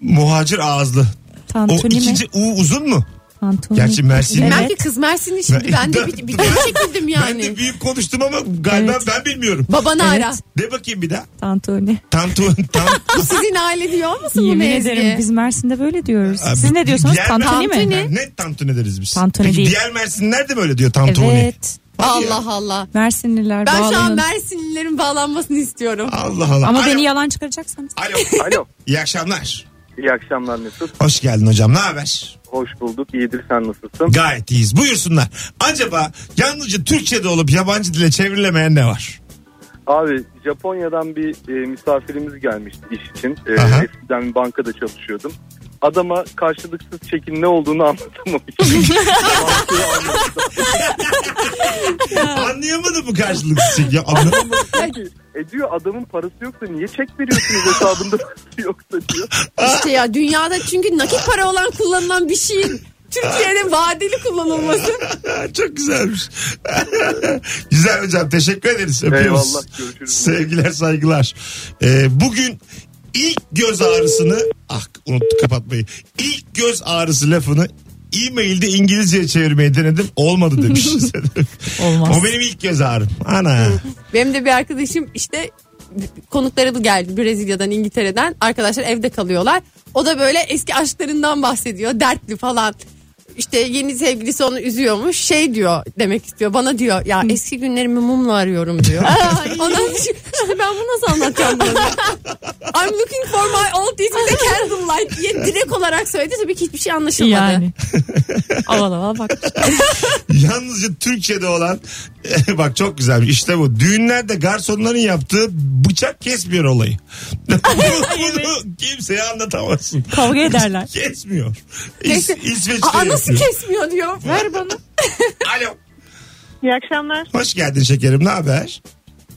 [SPEAKER 2] muhacir ağızlı. O
[SPEAKER 4] Tantuni mi?
[SPEAKER 2] ikinci U uzun mu?
[SPEAKER 4] Tantuni.
[SPEAKER 2] Gerçi Mersin.
[SPEAKER 3] Bilmem
[SPEAKER 4] Evet.
[SPEAKER 3] ki kız Mersin'in şimdi ben de bir, bir de çekildim
[SPEAKER 2] Ben de
[SPEAKER 3] yani.
[SPEAKER 2] büyük konuştum ama galiba ben bilmiyorum.
[SPEAKER 3] Babanı ara.
[SPEAKER 2] De bakayım bir daha.
[SPEAKER 4] Tantuni.
[SPEAKER 2] Tantu, tan,
[SPEAKER 3] Bu sizin aile diyor musun bunu
[SPEAKER 4] Yemin
[SPEAKER 3] Ezgi?
[SPEAKER 4] ederim biz Mersin'de böyle diyoruz.
[SPEAKER 2] Abi,
[SPEAKER 4] Siz ne diyorsunuz?
[SPEAKER 2] diğer-
[SPEAKER 4] Tantuni mi?
[SPEAKER 3] Tantuni.
[SPEAKER 2] Ha, ne tantuni deriz biz?
[SPEAKER 4] Tantuni
[SPEAKER 2] Peki
[SPEAKER 4] değil.
[SPEAKER 2] diğer Mersinler de böyle diyor tantuni.
[SPEAKER 4] Evet.
[SPEAKER 2] Hadi ya.
[SPEAKER 3] Allah Allah.
[SPEAKER 4] Mersinliler
[SPEAKER 3] Ben şu an
[SPEAKER 4] bağlanın.
[SPEAKER 3] Mersinlilerin bağlanmasını istiyorum.
[SPEAKER 2] Allah Allah.
[SPEAKER 4] Ama
[SPEAKER 2] Alo.
[SPEAKER 4] beni yalan çıkaracaksanız.
[SPEAKER 2] Alo.
[SPEAKER 6] Alo.
[SPEAKER 2] İyi akşamlar.
[SPEAKER 6] İyi akşamlar Mesut.
[SPEAKER 2] Hoş geldin hocam. Ne haber?
[SPEAKER 6] Hoş bulduk. İyidir sen nasılsın?
[SPEAKER 2] Gayet iyiyiz. Buyursunlar. Acaba yalnızca Türkçe'de olup yabancı dile çevrilemeyen ne var?
[SPEAKER 6] Abi Japonya'dan bir e, misafirimiz gelmişti iş için. E,
[SPEAKER 2] Aha.
[SPEAKER 6] eskiden bir bankada çalışıyordum. Adama karşılıksız çekin ne olduğunu anlatamamıştım. Bankayı anlattım.
[SPEAKER 2] Anlayamadım bu karşılıksız şey. Ya, anlamadım.
[SPEAKER 6] Diyor ki, e diyor adamın parası yoksa niye çek veriyorsunuz hesabında parası yoksa diyor.
[SPEAKER 3] İşte ya dünyada çünkü nakit para olan kullanılan bir şeyin Türkiye'de vadeli kullanılması.
[SPEAKER 2] Ah, Çok güzelmiş. Güzel hocam teşekkür ederiz. Öpüyoruz.
[SPEAKER 6] Eyvallah, görüşürüz.
[SPEAKER 2] Sevgiler saygılar. Ee, bugün ilk göz ağrısını ah unuttuk kapatmayı. İlk göz ağrısı lafını e-mailde İngilizceye çevirmeyi denedim. Olmadı demiş.
[SPEAKER 4] Olmaz.
[SPEAKER 2] O benim ilk göz ağrım. Ana.
[SPEAKER 3] Benim de bir arkadaşım işte konukları bu geldi Brezilya'dan İngiltere'den arkadaşlar evde kalıyorlar. O da böyle eski aşklarından bahsediyor dertli falan. İşte yeni sevgilisi onu üzüyormuş şey diyor demek istiyor bana diyor ya eski günlerimi mumla arıyorum diyor. Ondan şimdi ben bunu nasıl anlatacağım bunu? I'm looking for my old days with a candlelight diye direkt olarak söyledi tabii ki hiçbir şey anlaşılmadı.
[SPEAKER 4] Yani. aval aval bak.
[SPEAKER 2] Yalnızca Türkçe'de olan bak çok güzelmiş işte bu düğünlerde garsonların yaptığı bıçak kesmiyor olayı. bunu, bunu kimseye anlatamazsın.
[SPEAKER 4] Kavga ederler.
[SPEAKER 2] Kesmiyor. İs,
[SPEAKER 3] Neyse.
[SPEAKER 2] İsveç'te
[SPEAKER 3] Aa, nasıl
[SPEAKER 2] Şey yapıyor.
[SPEAKER 3] kesmiyor diyor. Ver bana.
[SPEAKER 2] Alo.
[SPEAKER 9] İyi akşamlar.
[SPEAKER 2] Hoş geldin şekerim ne haber?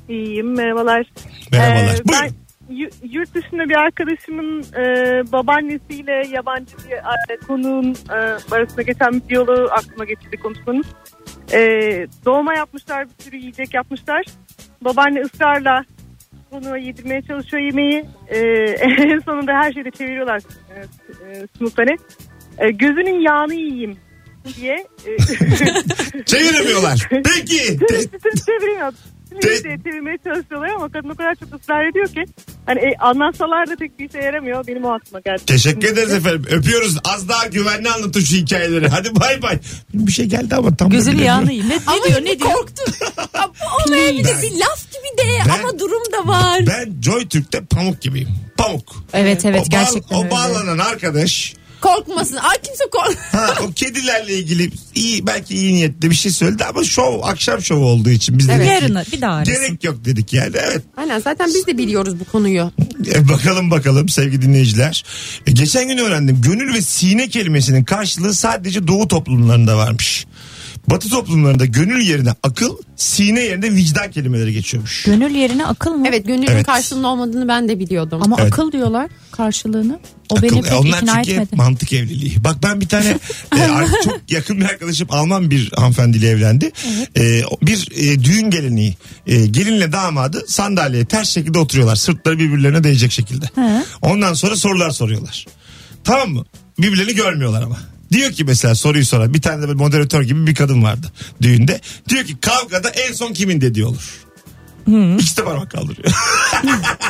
[SPEAKER 9] İyiyim. Merhabalar.
[SPEAKER 2] Merhabalar.
[SPEAKER 9] Ee,
[SPEAKER 2] Buyurun.
[SPEAKER 9] ben yu- yurt dışında bir arkadaşımın e, babaannesiyle yabancı bir e, konuğun e, arasında geçen bir diyaloğu aklıma getirdi konuşmanız. E, dolma yapmışlar, bir sürü yiyecek yapmışlar. Babaanne ısrarla konuğa yedirmeye çalışıyor yemeği. E, en sonunda her şeyi de çeviriyorlar e, e, simultane. E, gözünün yağını yiyeyim diye e,
[SPEAKER 2] Çeviremiyorlar. Peki. Te-
[SPEAKER 9] çeviriyor.
[SPEAKER 2] Te-
[SPEAKER 9] Çevirmeye çalışıyorlar ama kadın o kadar çok ısrar ediyor ki. Hani e, anlatsalar da pek bir işe yaramıyor. Benim o aklıma geldi.
[SPEAKER 2] Teşekkür ederiz efendim. Öpüyoruz. Az daha güvenli anlatın şu hikayeleri. Hadi bay bay. Bir şey geldi ama tam da
[SPEAKER 4] Gözünü
[SPEAKER 2] bilemiyorum.
[SPEAKER 4] yağını yiyin. Ne, ne
[SPEAKER 3] Ama
[SPEAKER 4] diyor
[SPEAKER 3] yine
[SPEAKER 4] ne diyor?
[SPEAKER 3] korktum. Ya bu olmayabilir bir laf gibi de
[SPEAKER 2] Ben-
[SPEAKER 3] ama durum da var.
[SPEAKER 2] Ben Joy Türk'te pamuk gibiyim. Pamuk.
[SPEAKER 5] Evet evet
[SPEAKER 2] o, bağ-
[SPEAKER 5] gerçekten
[SPEAKER 2] o
[SPEAKER 5] öyle.
[SPEAKER 2] bağlanan arkadaş
[SPEAKER 3] Korkmasın. Ay kimse kork.
[SPEAKER 2] ha, o kedilerle ilgili iyi belki iyi niyetli bir şey söyledi ama şov akşam şovu olduğu için biz dedik ki,
[SPEAKER 4] Yarını bir daha arasın.
[SPEAKER 2] gerek yok dedik yani evet
[SPEAKER 3] Aynen zaten biz de biliyoruz bu konuyu.
[SPEAKER 2] E, bakalım bakalım sevgili dinleyiciler. E, geçen gün öğrendim gönül ve sine kelimesinin karşılığı sadece doğu toplumlarında varmış. Batı toplumlarında gönül yerine akıl, sine yerine vicdan kelimeleri geçiyormuş.
[SPEAKER 5] Gönül yerine akıl mı?
[SPEAKER 3] Evet gönüllü
[SPEAKER 2] Evet.
[SPEAKER 3] karşılığının olmadığını ben de biliyordum.
[SPEAKER 5] Ama
[SPEAKER 2] Evet.
[SPEAKER 5] akıl diyorlar karşılığını. O
[SPEAKER 2] Akıl-
[SPEAKER 5] beni
[SPEAKER 2] e,
[SPEAKER 5] pek
[SPEAKER 2] onlar
[SPEAKER 5] ikna
[SPEAKER 2] çünkü hep
[SPEAKER 5] etmedi.
[SPEAKER 2] mantık evliliği. Bak ben bir tane e, ar- çok yakın bir arkadaşım Alman bir hanımefendiyle evlendi. E, o- bir e, düğün geleneği. E, gelinle damadı sandalyeye ters şekilde oturuyorlar. Sırtları birbirlerine değecek şekilde. Ondan sonra sorular soruyorlar. Tamam mı? Birbirlerini görmüyorlar ama. Diyor ki mesela soruyu soran bir tane de böyle moderatör gibi bir kadın vardı düğünde. Diyor ki kavgada en son kimin dediği olur. İkisi de parmak kaldırıyor.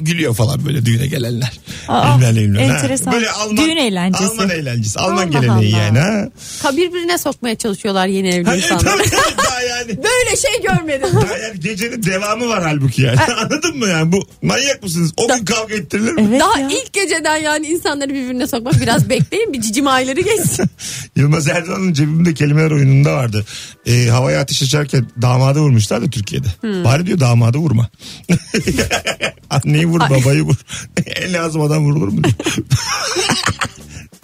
[SPEAKER 2] Gülüyor falan böyle düğüne gelenler.
[SPEAKER 5] Aa,
[SPEAKER 2] Bilmem ne, bilmem ne.
[SPEAKER 5] enteresan.
[SPEAKER 2] Böyle Alman,
[SPEAKER 5] Düğün eğlencesi.
[SPEAKER 2] Alman eğlencesi. Alman
[SPEAKER 5] Allah
[SPEAKER 2] geleneği
[SPEAKER 5] Allah.
[SPEAKER 2] yani. Ha?
[SPEAKER 3] Ka- birbirine sokmaya çalışıyorlar yeni evli
[SPEAKER 2] Ha, evet,
[SPEAKER 3] insanlar.
[SPEAKER 2] tabii, tabii, daha yani.
[SPEAKER 3] Böyle şey görmedim.
[SPEAKER 2] Daha yani gecenin devamı var halbuki yani. Anladın mı yani bu manyak mısınız? O gün kavga ettirilir mi?
[SPEAKER 5] Evet
[SPEAKER 3] Daha
[SPEAKER 5] ya.
[SPEAKER 3] ilk geceden yani insanları birbirine sokmak biraz bekleyin bir cicim ayları geçsin.
[SPEAKER 2] Yılmaz Erdoğan'ın cebimde kelimeler oyununda vardı. Ee, havaya ateş açarken damada vurmuşlar da Türkiye'de. Bari diyor damada vurma. Anneyi vur babayı vur. en lazım adam vurulur mu diyor.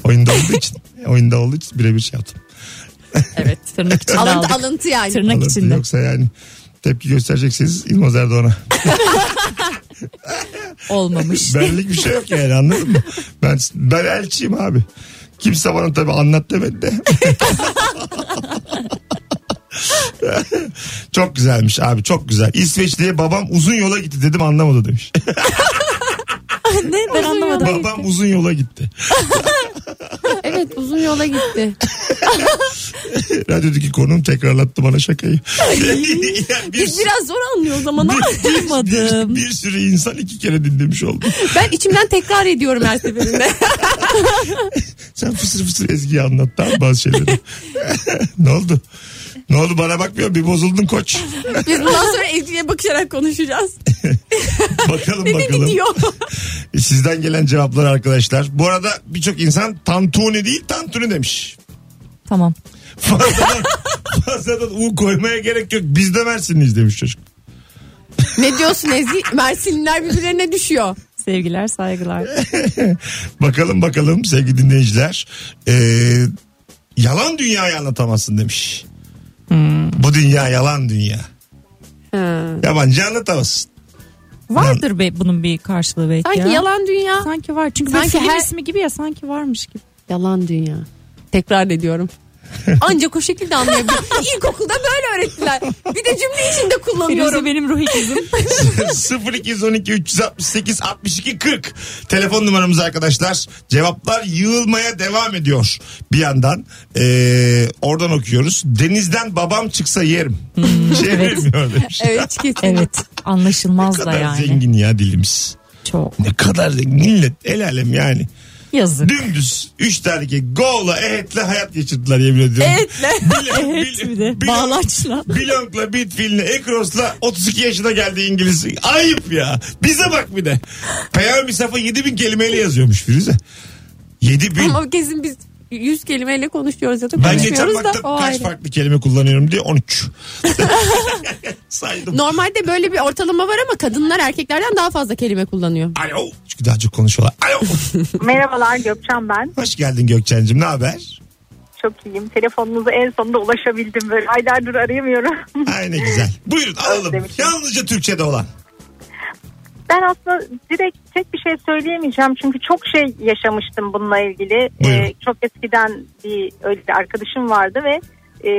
[SPEAKER 2] oyunda olduğu için. Oyunda olduğu için birebir şey yaptım.
[SPEAKER 3] evet.
[SPEAKER 5] Tırnak içinde aldık.
[SPEAKER 3] Alıntı, alıntı yani.
[SPEAKER 5] Tırnak
[SPEAKER 2] Alın-
[SPEAKER 5] içinde.
[SPEAKER 2] Yoksa yani tepki göstereceksiniz Yılmaz Erdoğan'a.
[SPEAKER 5] Olmamış.
[SPEAKER 2] Benlik bir şey yok yani anladın mı? Ben, ben elçiyim abi. Kimse bana tabii anlat demedi de. çok güzelmiş abi çok güzel. İsveçli'ye babam uzun yola gitti dedim anlamadı demiş.
[SPEAKER 5] ne ben anlamadım.
[SPEAKER 2] babam uzun yola gitti.
[SPEAKER 3] Evet uzun yola gitti.
[SPEAKER 2] Radyodaki konuğum tekrarlattı bana şakayı. Yani bir,
[SPEAKER 3] Biz biraz zor anlıyoruz ama ne
[SPEAKER 2] bir, bir sürü insan iki kere dinlemiş oldu.
[SPEAKER 3] Ben içimden tekrar ediyorum her seferinde.
[SPEAKER 2] Sen fısır fısır Ezgi'yi anlat tamam mı bazı şeyleri. ne oldu? Ne oldu bana bakmıyor bir bozuldun koç.
[SPEAKER 3] Biz bundan sonra Ezgi'ye bakışarak konuşacağız.
[SPEAKER 2] Bakalım
[SPEAKER 3] Ne
[SPEAKER 2] bakalım. E,
[SPEAKER 3] gidiyor?
[SPEAKER 2] Sizden gelen cevaplar arkadaşlar. Bu arada birçok insan tantuni değil tantuni demiş.
[SPEAKER 5] Tamam.
[SPEAKER 2] Fazladan, fazladan U koymaya gerek yok. Biz de Mersinliyiz demiş çocuk.
[SPEAKER 3] ne diyorsun Ezgi? Mersinliler birbirlerine düşüyor.
[SPEAKER 5] Sevgiler saygılar.
[SPEAKER 2] Bakalım bakalım sevgili dinleyiciler. Ee, yalan dünyayı anlatamazsın demiş. Bu dünya yalan dünya. Yabancı anlatamazsın.
[SPEAKER 5] Vardır be bunun bir karşılığı belki
[SPEAKER 3] Sanki
[SPEAKER 5] ya.
[SPEAKER 3] yalan dünya.
[SPEAKER 5] Sanki var. Çünkü
[SPEAKER 3] Sanki
[SPEAKER 5] sanki film
[SPEAKER 3] her-
[SPEAKER 5] ismi gibi ya sanki varmış gibi.
[SPEAKER 3] Yalan dünya. Tekrar ediyorum. Ancak o şekilde anlayabiliyorum. İlkokulda böyle öğrettiler. Bir de cümle içinde kullanıyorum.
[SPEAKER 5] benim ruh ikizim.
[SPEAKER 2] 0212 368 62 40 telefon numaramız arkadaşlar cevaplar yığılmaya devam ediyor bir yandan ee, oradan okuyoruz denizden babam çıksa yerim çevirmiyor demiş
[SPEAKER 3] Evet kesin.
[SPEAKER 5] Hmm. evet
[SPEAKER 2] ne
[SPEAKER 5] anlaşılmaz da
[SPEAKER 2] kadar
[SPEAKER 5] yani.
[SPEAKER 2] zengin ya dilimiz
[SPEAKER 5] Çok.
[SPEAKER 2] ne kadar zengin millet el alem yani
[SPEAKER 5] Yazık.
[SPEAKER 2] dümdüz 3 tane ki gola ehetle hayat geçirdiler yemin ediyorum
[SPEAKER 3] Ehetle.
[SPEAKER 2] Bilon-
[SPEAKER 5] Evet
[SPEAKER 2] bil-
[SPEAKER 5] bir de
[SPEAKER 2] bilon-
[SPEAKER 5] bağlaçla.
[SPEAKER 2] Blanc'la Bitfield'le Ekros'la 32 yaşına geldi İngiliz. Ayıp ya. Bize bak bir de. Peyami Safa 7000 kelimeyle yazıyormuş Firuze. 7000.
[SPEAKER 3] Ama kesin biz yüz kelimeyle konuşuyoruz ya da
[SPEAKER 2] Ben geçen
[SPEAKER 3] konuşmuyoruz da
[SPEAKER 2] baktım
[SPEAKER 3] o
[SPEAKER 2] kaç
[SPEAKER 3] ayrı.
[SPEAKER 2] farklı kelime kullanıyorum diye 13. Saydım.
[SPEAKER 3] Normalde böyle bir ortalama var ama kadınlar erkeklerden daha fazla kelime kullanıyor.
[SPEAKER 2] Alo. Çünkü daha çok konuşuyorlar. Alo.
[SPEAKER 9] Merhabalar Gökçen ben.
[SPEAKER 2] Hoş geldin Gökçen'cim ne haber?
[SPEAKER 9] Çok iyiyim. Telefonunuza en sonunda ulaşabildim. Böyle aylardır arayamıyorum.
[SPEAKER 2] Ay ne güzel. Buyurun alalım.
[SPEAKER 9] Özlemişim.
[SPEAKER 2] Yalnızca Türkçe'de olan.
[SPEAKER 9] Ben aslında direkt tek bir şey söyleyemeyeceğim çünkü çok şey yaşamıştım bununla ilgili.
[SPEAKER 2] Buyurun.
[SPEAKER 9] Ee, çok eskiden bir öyle bir arkadaşım vardı ve e,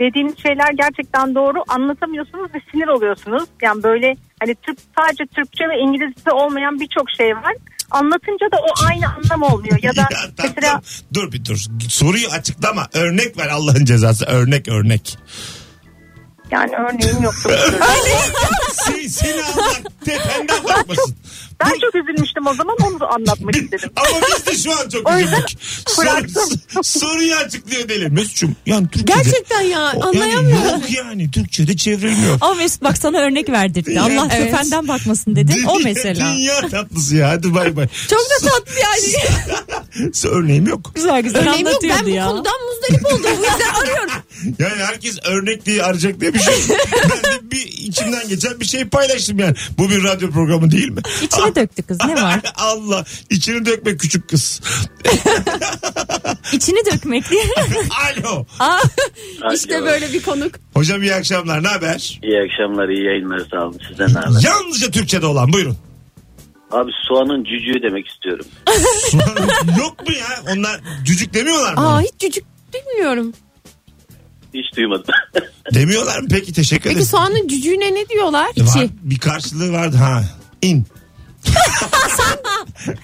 [SPEAKER 9] dediğiniz şeyler gerçekten doğru anlatamıyorsunuz ve sinir oluyorsunuz. Yani böyle hani Türk sadece Türkçe ve İngilizce olmayan birçok şey var. Anlatınca da o aynı anlam olmuyor ya da
[SPEAKER 2] Ya tatlım,
[SPEAKER 9] mesela
[SPEAKER 2] Dur bir dur. Soruyu açıklama. Örnek ver Allah'ın cezası. Örnek örnek.
[SPEAKER 9] yani örneğim yoktu.
[SPEAKER 2] Sen, seni Allah tependen bakmasın.
[SPEAKER 9] ben çok üzülmüştüm o zaman onu da anlatmak istedim.
[SPEAKER 2] Ama biz de şu an çok
[SPEAKER 9] O yüzden
[SPEAKER 2] üzüldük. Sor, soruyu açıklıyor deli. Mesut'cum yani Türkçe'de...
[SPEAKER 3] Gerçekten ya
[SPEAKER 2] O- yani
[SPEAKER 3] anlayamıyorum.
[SPEAKER 2] yok yani Türkçe'de çevrilmiyor.
[SPEAKER 5] Ama Mesut bak sana örnek verdirdi. Allah
[SPEAKER 3] Evet.
[SPEAKER 5] köpenden bakmasın dedi. O mesela.
[SPEAKER 2] Dünya tatlısı ya hadi bay bay.
[SPEAKER 3] Çok da tatlı yani.
[SPEAKER 2] Örneğim yok.
[SPEAKER 5] Güzel güzel
[SPEAKER 3] Örneğim yok ben
[SPEAKER 5] anlatıyordu
[SPEAKER 3] bu
[SPEAKER 5] ya.
[SPEAKER 3] konudan muzdarip oldum. Bu yüzden arıyorum.
[SPEAKER 2] Yani herkes örnek diye arayacak diye bir şey. yok. ben de bir içimden geçen bir şey paylaştım yani. Bu bir radyo programı değil mi?
[SPEAKER 4] İçini döktü kız ne var?
[SPEAKER 2] Allah içini dökme küçük kız.
[SPEAKER 4] İçini dökmek diye.
[SPEAKER 2] Alo.
[SPEAKER 3] Aa,
[SPEAKER 10] Alo.
[SPEAKER 3] işte böyle bir konuk.
[SPEAKER 2] Hocam iyi akşamlar. Ne haber?
[SPEAKER 10] İyi akşamlar, iyi yayınlar sağ olun. Sizden ne haber?
[SPEAKER 2] Yalnızca Türkçe'de olan buyurun.
[SPEAKER 10] Abi soğanın cücüğü demek istiyorum.
[SPEAKER 2] Yok mu ya? Onlar cücük demiyorlar mı?
[SPEAKER 3] Aa hiç cücük bilmiyorum.
[SPEAKER 10] Hiç duymadım.
[SPEAKER 2] Demiyorlar mı? Peki teşekkür ederim.
[SPEAKER 3] Peki soğanın cücüğüne ne diyorlar?
[SPEAKER 2] Var,
[SPEAKER 3] İçi.
[SPEAKER 2] bir karşılığı vardı ha. In.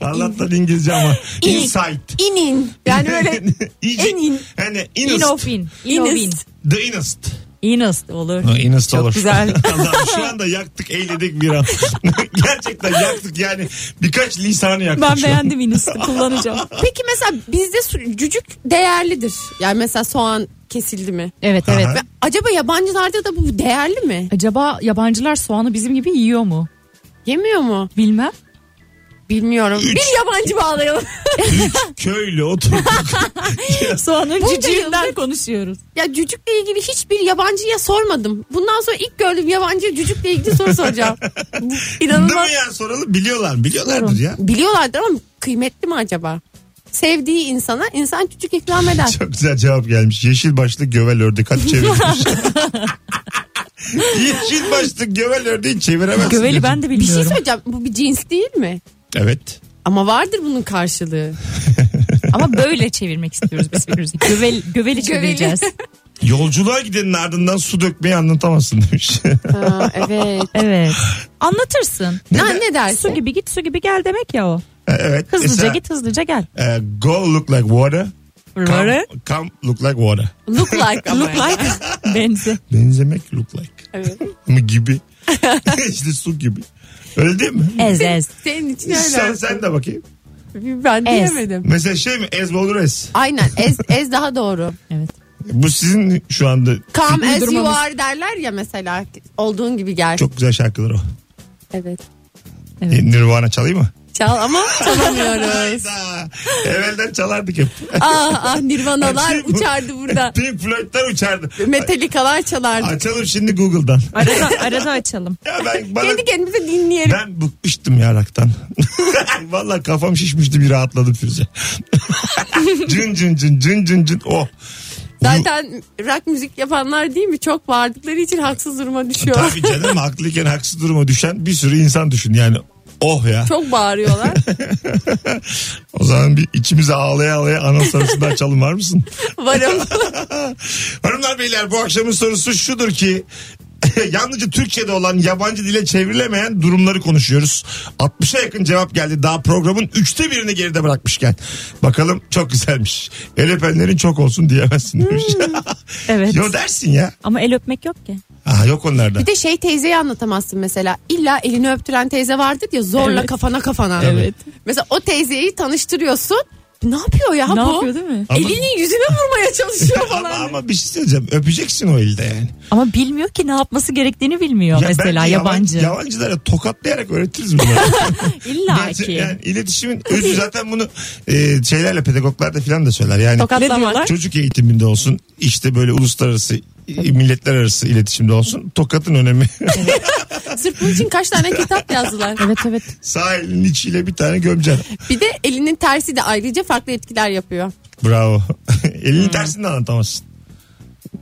[SPEAKER 2] Allah'tan İngilizce ama.
[SPEAKER 3] İn.
[SPEAKER 2] Insight.
[SPEAKER 3] İnin. Yani öyle
[SPEAKER 2] İyice,
[SPEAKER 3] En in.
[SPEAKER 2] Yani
[SPEAKER 4] In
[SPEAKER 2] innocent.
[SPEAKER 4] of in. In of in.
[SPEAKER 3] inist.
[SPEAKER 2] The innocent.
[SPEAKER 4] Inist olur.
[SPEAKER 2] Ha, Innocent olur.
[SPEAKER 4] güzel.
[SPEAKER 2] Allah'ım şu anda yaktık eğledik bir an. Gerçekten yaktık yani birkaç lisanı yaktık.
[SPEAKER 4] Ben
[SPEAKER 2] şu an.
[SPEAKER 4] beğendim inist'i kullanacağım.
[SPEAKER 3] Peki mesela bizde su- cücük değerlidir. Yani mesela soğan kesildi mi?
[SPEAKER 5] Evet evet.
[SPEAKER 2] Aha.
[SPEAKER 3] Ve acaba yabancılarda da bu değerli mi?
[SPEAKER 5] Acaba yabancılar soğanı bizim gibi yiyor mu?
[SPEAKER 3] Yemiyor mu?
[SPEAKER 5] Bilmem.
[SPEAKER 3] Bilmiyorum. Bir yabancı bağlayalım.
[SPEAKER 2] Üç köylü oturduk.
[SPEAKER 4] Soğanın
[SPEAKER 3] Bunca
[SPEAKER 4] cücüğünden konuşuyoruz.
[SPEAKER 3] ya cücükle ilgili hiçbir yabancıya sormadım. Bundan sonra ilk gördüğüm yabancıya cücükle ilgili soru soracağım. Bu
[SPEAKER 2] Değil mi
[SPEAKER 3] İnanılmaz.
[SPEAKER 2] ya soralım biliyorlar biliyorlardır ya.
[SPEAKER 3] Biliyorlardır ama kıymetli mi acaba? Sevdiği insana insan cücük ikram eder.
[SPEAKER 2] Çok güzel cevap gelmiş. Yeşil başlı gövel ördek hadi çevirmiş. Yeşil başlı gövel ördeği çeviremezsin.
[SPEAKER 4] Göveli
[SPEAKER 2] dedim.
[SPEAKER 4] ben de
[SPEAKER 3] Bir şey
[SPEAKER 4] bilmiyorum.
[SPEAKER 3] söyleyeceğim. Bu bir cins değil mi?
[SPEAKER 2] Evet.
[SPEAKER 3] Ama vardır bunun karşılığı.
[SPEAKER 4] Ama böyle çevirmek istiyoruz biz birbirimizi. Gövel, göveli çevireceğiz.
[SPEAKER 2] Yolculuğa gidenin ardından su dökmeyi anlatamazsın demiş.
[SPEAKER 3] Ha, evet.
[SPEAKER 4] Evet. Anlatırsın.
[SPEAKER 3] Ha, ne
[SPEAKER 4] Su
[SPEAKER 3] dersin?
[SPEAKER 4] gibi git su gibi gel demek ya o.
[SPEAKER 2] evet.
[SPEAKER 4] Hızlıca
[SPEAKER 2] Mesela,
[SPEAKER 4] git hızlıca gel.
[SPEAKER 2] e, go look like water. Come,
[SPEAKER 4] Rare.
[SPEAKER 2] come look like water.
[SPEAKER 3] Look like.
[SPEAKER 4] Look like benzi.
[SPEAKER 2] Benzemek look like.
[SPEAKER 3] Evet.
[SPEAKER 2] Mı gibi. işte su gibi. Öyle değil mi?
[SPEAKER 4] Ez ez.
[SPEAKER 3] Senin için öyle.
[SPEAKER 2] sen,
[SPEAKER 3] olsun.
[SPEAKER 2] sen de bakayım.
[SPEAKER 3] Ben
[SPEAKER 4] Ez.
[SPEAKER 3] diyemedim.
[SPEAKER 2] Mesela şey mi? Ez mi olur ez.
[SPEAKER 3] Aynen ez, ez daha doğru.
[SPEAKER 2] Bu sizin şu anda
[SPEAKER 3] Come as you are derler ya mesela olduğun gibi gel.
[SPEAKER 2] çok güzel şarkılar o. E,
[SPEAKER 3] Evet.
[SPEAKER 4] Evet.
[SPEAKER 2] Nirvana çalayım mı?
[SPEAKER 3] Çal ama çalamıyoruz.
[SPEAKER 2] Hayda. Evvelden çalardık hep.
[SPEAKER 3] ah ah nirvanalar
[SPEAKER 2] Açayım mı?
[SPEAKER 3] uçardı burada.
[SPEAKER 2] Pink Floyd'lar uçardı.
[SPEAKER 3] Metallicalar çalardı.
[SPEAKER 2] Açalım şimdi Google'dan.
[SPEAKER 4] Arada, arada açalım.
[SPEAKER 2] Ya ben, bana,
[SPEAKER 3] Kendi kendimize dinleyelim.
[SPEAKER 2] ben bıkmıştım ya rock'tan. Valla kafam şişmişti bir rahatladım Firuze. cın cın cın cın cın cın. Oh.
[SPEAKER 3] Zaten rock müzik yapanlar değil mi? Çok vardıkları için haksız duruma düşüyor.
[SPEAKER 2] Tabii canım haklıyken haksız duruma düşen bir sürü insan düşün yani. Oh ya.
[SPEAKER 3] Çok bağırıyorlar.
[SPEAKER 2] O zaman bir içimize ağlaya ağlaya anons arasında açalım var mısın?
[SPEAKER 3] Varım.
[SPEAKER 2] Hanımlar beyler bu akşamın sorusu şudur ki yalnızca Türkçe'de olan yabancı dile çevrilemeyen durumları konuşuyoruz. 60'a yakın cevap geldi daha programın üçte birini geride bırakmışken. Bakalım çok güzelmiş. El öpenlerin çok olsun diyemezsin demiş.
[SPEAKER 4] Hmm, Evet.
[SPEAKER 2] Yo dersin ya.
[SPEAKER 4] Ama el öpmek yok ki.
[SPEAKER 2] Aha, yok onlarda.
[SPEAKER 3] Bir de şey teyzeyi anlatamazsın mesela. İlla elini öptüren teyze vardır ya zorla
[SPEAKER 4] Evet.
[SPEAKER 3] kafana kafana.
[SPEAKER 2] Evet.
[SPEAKER 3] Mesela o teyzeyi tanıştırıyorsun. Ne yapıyor ya
[SPEAKER 4] ne
[SPEAKER 3] bu?
[SPEAKER 4] yapıyor değil mi?
[SPEAKER 2] Ama-
[SPEAKER 3] Elini yüzüne vurmaya çalışıyor
[SPEAKER 2] ama,
[SPEAKER 3] falan.
[SPEAKER 2] ama bir şey söyleyeceğim. Öpeceksin o elde yani.
[SPEAKER 4] Ama bilmiyor ki ne yapması gerektiğini bilmiyor
[SPEAKER 2] Ya
[SPEAKER 4] mesela
[SPEAKER 2] bence yaban-
[SPEAKER 4] yabancı.
[SPEAKER 2] Yabancılara tokatlayarak öğretiriz bunları.
[SPEAKER 4] İlla
[SPEAKER 2] Bence
[SPEAKER 4] ki.
[SPEAKER 2] yani iletişimin özü zaten bunu e, şeylerle pedagoglar da filan da söyler. Yani
[SPEAKER 4] Ne
[SPEAKER 3] Tokatlamak.
[SPEAKER 4] diyorlar?
[SPEAKER 2] çocuk eğitiminde olsun işte böyle uluslararası i- milletler arası iletişimde olsun tokatın önemi
[SPEAKER 3] Sırf bunun için kaç tane kitap yazdılar.
[SPEAKER 5] Evet evet.
[SPEAKER 2] sağ elinin içiyle bir tane gömcen
[SPEAKER 3] Bir de elinin tersi de ayrıca farklı etkiler yapıyor.
[SPEAKER 2] bravo elini tersini anlatamazsın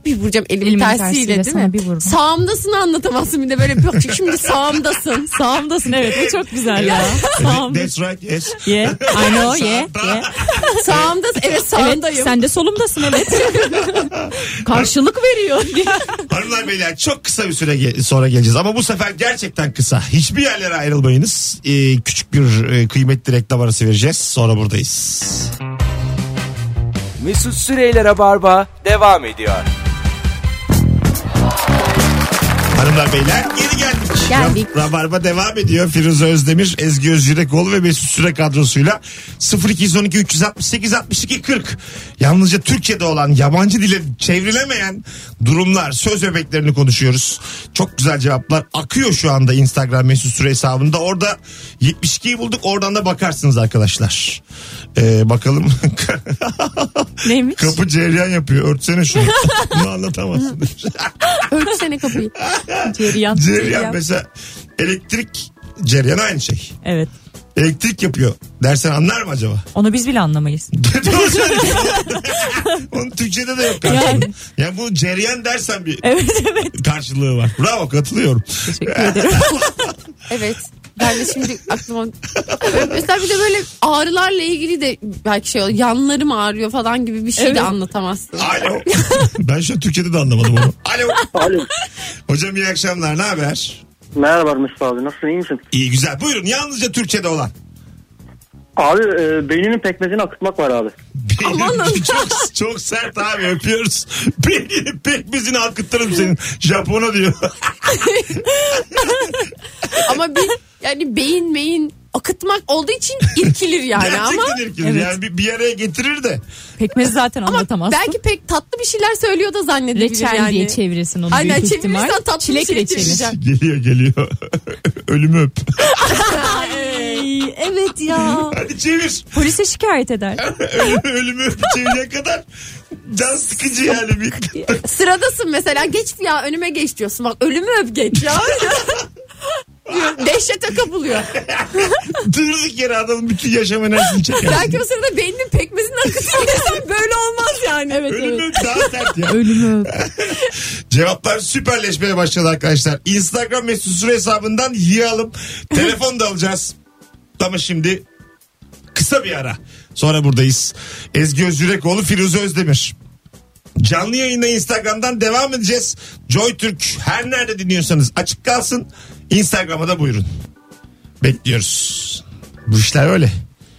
[SPEAKER 3] Bir vuracağım elimin,
[SPEAKER 5] Elimin
[SPEAKER 3] tersiyle,
[SPEAKER 5] tersiyle
[SPEAKER 3] değil
[SPEAKER 5] sana
[SPEAKER 3] mi?
[SPEAKER 5] bir vururum.
[SPEAKER 3] Sağımdasın anlatamazsın bir de böyle yok. Şimdi sağımdasın.
[SPEAKER 4] Sağımdasın evet bu çok güzel ya. Sağım.
[SPEAKER 2] that's right yes
[SPEAKER 4] Ye. I know ye. ye.
[SPEAKER 3] Sağımdasın. Evet
[SPEAKER 4] Evet
[SPEAKER 3] sağımdayım.
[SPEAKER 4] sen de solumdasın evet. Karşılık veriyor.
[SPEAKER 2] Hanımlar beyler çok kısa bir süre ge- sonra geleceğiz ama bu sefer gerçekten kısa. Hiçbir yerlere ayrılmayınız. Ee, küçük bir e, kıymetli reklam arası vereceğiz. Sonra buradayız.
[SPEAKER 1] Mesut Süreyler'e barba devam ediyor.
[SPEAKER 2] Hanımlar beyler geri geldik.
[SPEAKER 3] Geldik.
[SPEAKER 2] Ra- Rabarba devam ediyor. Firuze Özdemir, Ezgi Özgürekoğlu ve Mesut Süre kadrosuyla 0212 368 62 40. Yalnızca Türkçe'de olan yabancı dile çevrilemeyen durumlar, söz öbeklerini konuşuyoruz. Çok güzel cevaplar akıyor şu anda Instagram Mesut Süre hesabında. Orada 72'yi bulduk oradan da bakarsınız arkadaşlar. Ee, bakalım
[SPEAKER 3] Neymiş?
[SPEAKER 2] kapı cereyan yapıyor. Örtsene şunu. Bunu anlatamazsın.
[SPEAKER 3] Örtüsene kapıyı. Cereyan.
[SPEAKER 2] cereyan mesela elektrik cereyan aynı şey.
[SPEAKER 4] Evet.
[SPEAKER 2] Elektrik yapıyor. Dersen anlar mı acaba?
[SPEAKER 4] Onu biz bile anlamayız.
[SPEAKER 2] Doğru söylüyorsun. Onun Türkçe'de de yok karşılığı. Yani. bu cereyan dersen bir
[SPEAKER 4] Evet evet.
[SPEAKER 2] karşılığı var. Bravo katılıyorum.
[SPEAKER 4] Teşekkür ederim.
[SPEAKER 3] Evet. Ben de şimdi aklıma... Mesela bir de böyle ağrılarla ilgili de belki şey oluyor. Yanlarım ağrıyor falan gibi bir şey
[SPEAKER 4] Evet.
[SPEAKER 3] de anlatamazsın.
[SPEAKER 2] Alo. ben şu an Türkçe'de de anlamadım onu. Alo. Hocam iyi akşamlar. Ne haber?
[SPEAKER 11] Merhaba Mustafa abi nasılsın iyi misin?
[SPEAKER 2] İyi güzel. Buyurun yalnızca Türkçe'de olan.
[SPEAKER 11] Abi e, beyninin pekmezini akıtmak var abi.
[SPEAKER 2] Benim çok, çok sert abi öpüyoruz. Beni pekmezini akıttırırım senin. Japona diyor.
[SPEAKER 3] Ama bir yani beyin beyin akıtmak olduğu için irkilir yani ama.
[SPEAKER 2] Gerçekten irkilir. Yani bir, bir araya getirir de.
[SPEAKER 4] Pekmezi zaten anlatamazsın.
[SPEAKER 3] Belki pek tatlı bir şeyler söylüyor da zannedebilir
[SPEAKER 4] Reçel
[SPEAKER 3] yani.
[SPEAKER 4] diye çevirirsin onu
[SPEAKER 3] Aynen
[SPEAKER 4] büyük ihtimal.
[SPEAKER 3] çevirirsen tatlı bir
[SPEAKER 4] Çilek
[SPEAKER 3] şey
[SPEAKER 4] reçeli.
[SPEAKER 3] çevireceksin.
[SPEAKER 2] Geliyor geliyor. Ölümü öp.
[SPEAKER 4] Ay, evet ya.
[SPEAKER 2] Hadi çevir.
[SPEAKER 4] Polise şikayet eder.
[SPEAKER 2] Ölümü, ölümü öp çevirene kadar can sıkıcı yani. Bir...
[SPEAKER 3] Sıradasın mesela geç ya önüme geç diyorsun. Bak ölümü öp geç ya. Diyor, Dehşete kapılıyor.
[SPEAKER 2] Durduk yere adamın bütün yaşam enerjisini çeker.
[SPEAKER 3] Belki o sırada beyninin pekmezini akıtıyor desem böyle olmaz yani. Evet,
[SPEAKER 2] Ölümü öp daha sert ya.
[SPEAKER 4] Ölümü.
[SPEAKER 2] Cevaplar süperleşmeye başladı arkadaşlar. Instagram mesut süre hesabından yiyelim. Telefon da alacağız. Ama şimdi kısa bir ara. Sonra buradayız. Ezgi Özgürekoğlu, Firuze Özdemir. Canlı yayında Instagram'dan devam edeceğiz. Joy Türk her nerede dinliyorsanız açık kalsın. Instagram'a da buyurun. Bekliyoruz. Bu işler öyle.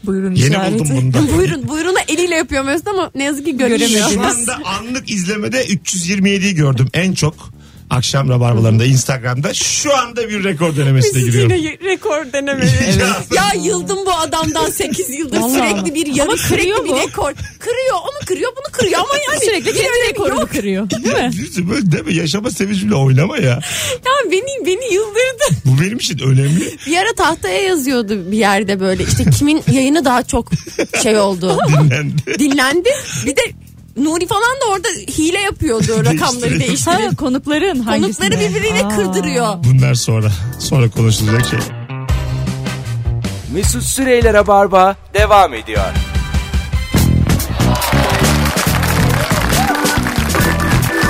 [SPEAKER 4] Buyurun
[SPEAKER 2] Yeni
[SPEAKER 4] işareti.
[SPEAKER 2] buldum bunu da.
[SPEAKER 3] Buyurun buyurunu eliyle yapıyor Mesut ama ne yazık ki göremiyor.
[SPEAKER 2] Şu anda anlık izlemede 327'yi gördüm en çok. Akşam rabarbalarında Instagram'da şu anda bir rekor denemesine
[SPEAKER 3] Mesut
[SPEAKER 2] giriyorum.
[SPEAKER 3] yine rekor denemeli. Ya yıldım bu adamdan 8 yıldır
[SPEAKER 4] Vallahi.
[SPEAKER 3] sürekli bir yarış sürekli bir rekor. Kırıyor onu kırıyor bunu kırıyor ama yani
[SPEAKER 4] Sürekli
[SPEAKER 3] bir
[SPEAKER 4] kendi
[SPEAKER 3] önemi
[SPEAKER 4] rekorunu
[SPEAKER 3] yok.
[SPEAKER 4] kırıyor. Değil mi?
[SPEAKER 2] Yüzü böyle deme yaşama sevincimle oynama ya.
[SPEAKER 3] Ya beni beni yıldırdı.
[SPEAKER 2] Bu benim için önemli.
[SPEAKER 3] Bir ara tahtaya yazıyordu bir yerde böyle işte kimin yayını daha çok şey oldu.
[SPEAKER 2] Dinlendi.
[SPEAKER 3] Dinlendi. Bir de Nuri falan da orada hile yapıyordu rakamları değiştirip.
[SPEAKER 4] Ha, konukların hangisinde?
[SPEAKER 3] şey Konukları birbirine
[SPEAKER 4] Aa.
[SPEAKER 3] kırdırıyor.
[SPEAKER 2] Bunlar sonra. Sonra konuşulacak şey.
[SPEAKER 1] Mesut Süreyler'e barba devam ediyor.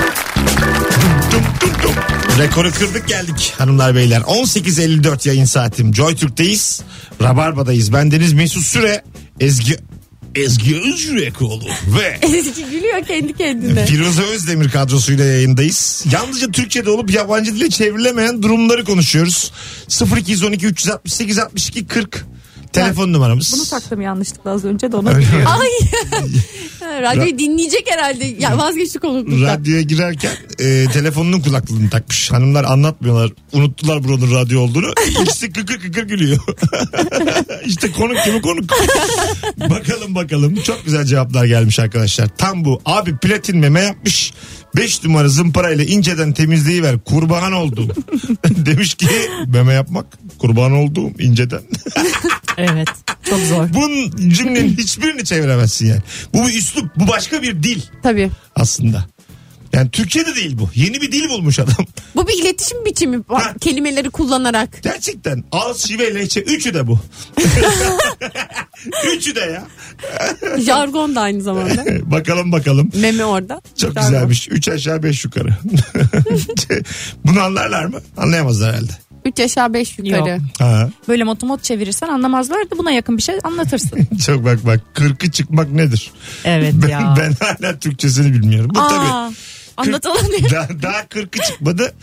[SPEAKER 2] Dum dum dum. Rekoru kırdık geldik hanımlar beyler. 18.54 yayın saatim. Joy Türk'teyiz. Rabarba'dayız. Bendeniz Mesut Süre. Ezgi Ezgi Özgürekoğlu ve
[SPEAKER 3] Eski gülüyor kendi kendine.
[SPEAKER 2] Firuze Özdemir kadrosuyla yayındayız. Yalnızca Türkçe'de olup yabancı dile çevrilemeyen durumları konuşuyoruz. 0212 368 62 40 telefon numaramız.
[SPEAKER 4] Bunu taktım yanlışlıkla az önce de ona.
[SPEAKER 2] Öyle mi?
[SPEAKER 3] Ay. Radyoyu dinleyecek herhalde. Ya vazgeçtik konukluktan.
[SPEAKER 2] Radyoya girerken e, telefonunun kulaklığını takmış. Hanımlar anlatmıyorlar. Unuttular buranın radyo olduğunu. İkisi kıkır kıkır gülüyor. işte konuk gibi konuk. bakalım bakalım. Çok güzel cevaplar gelmiş arkadaşlar. Tam bu. Abi platin meme yapmış. 5 numara zımparayla inceden temizleyiver. Kurban oldum. Demiş ki meme yapmak kurban olduğum inceden.
[SPEAKER 4] Evet. Çok zor.
[SPEAKER 2] Bunun cümlenin hiçbirini çeviremezsin yani. Bu bir üslup. Bu başka bir dil
[SPEAKER 3] Tabii.
[SPEAKER 2] aslında. Yani Türkçe'de değil bu. Yeni bir dil bulmuş adam.
[SPEAKER 3] Bu bir iletişim biçimi. Bak,
[SPEAKER 2] Ha.
[SPEAKER 3] Kelimeleri kullanarak.
[SPEAKER 2] Gerçekten ağız, şive, lehçe üçü de bu. üçü de ya.
[SPEAKER 3] Jargon da aynı zamanda.
[SPEAKER 2] bakalım bakalım.
[SPEAKER 3] Meme orada.
[SPEAKER 2] Çok
[SPEAKER 3] Jargon.
[SPEAKER 2] güzelmiş. Üç aşağı beş yukarı. Bunu anlarlar mı? Anlayamazlar herhalde.
[SPEAKER 3] 3 aşağı 5 yukarı.
[SPEAKER 4] Yok.
[SPEAKER 2] Ha,
[SPEAKER 4] Böyle motomot çevirirsen anlamazlar da buna yakın bir şey anlatırsın.
[SPEAKER 2] çok bak bak. Kırkı çıkmak nedir?
[SPEAKER 4] Evet
[SPEAKER 2] Ben,
[SPEAKER 4] ya.
[SPEAKER 2] ben hala Türkçesini bilmiyorum. Bu tabii.
[SPEAKER 4] Aa, anlatılan ne?
[SPEAKER 2] Daha, daha kırkı çıkmadı.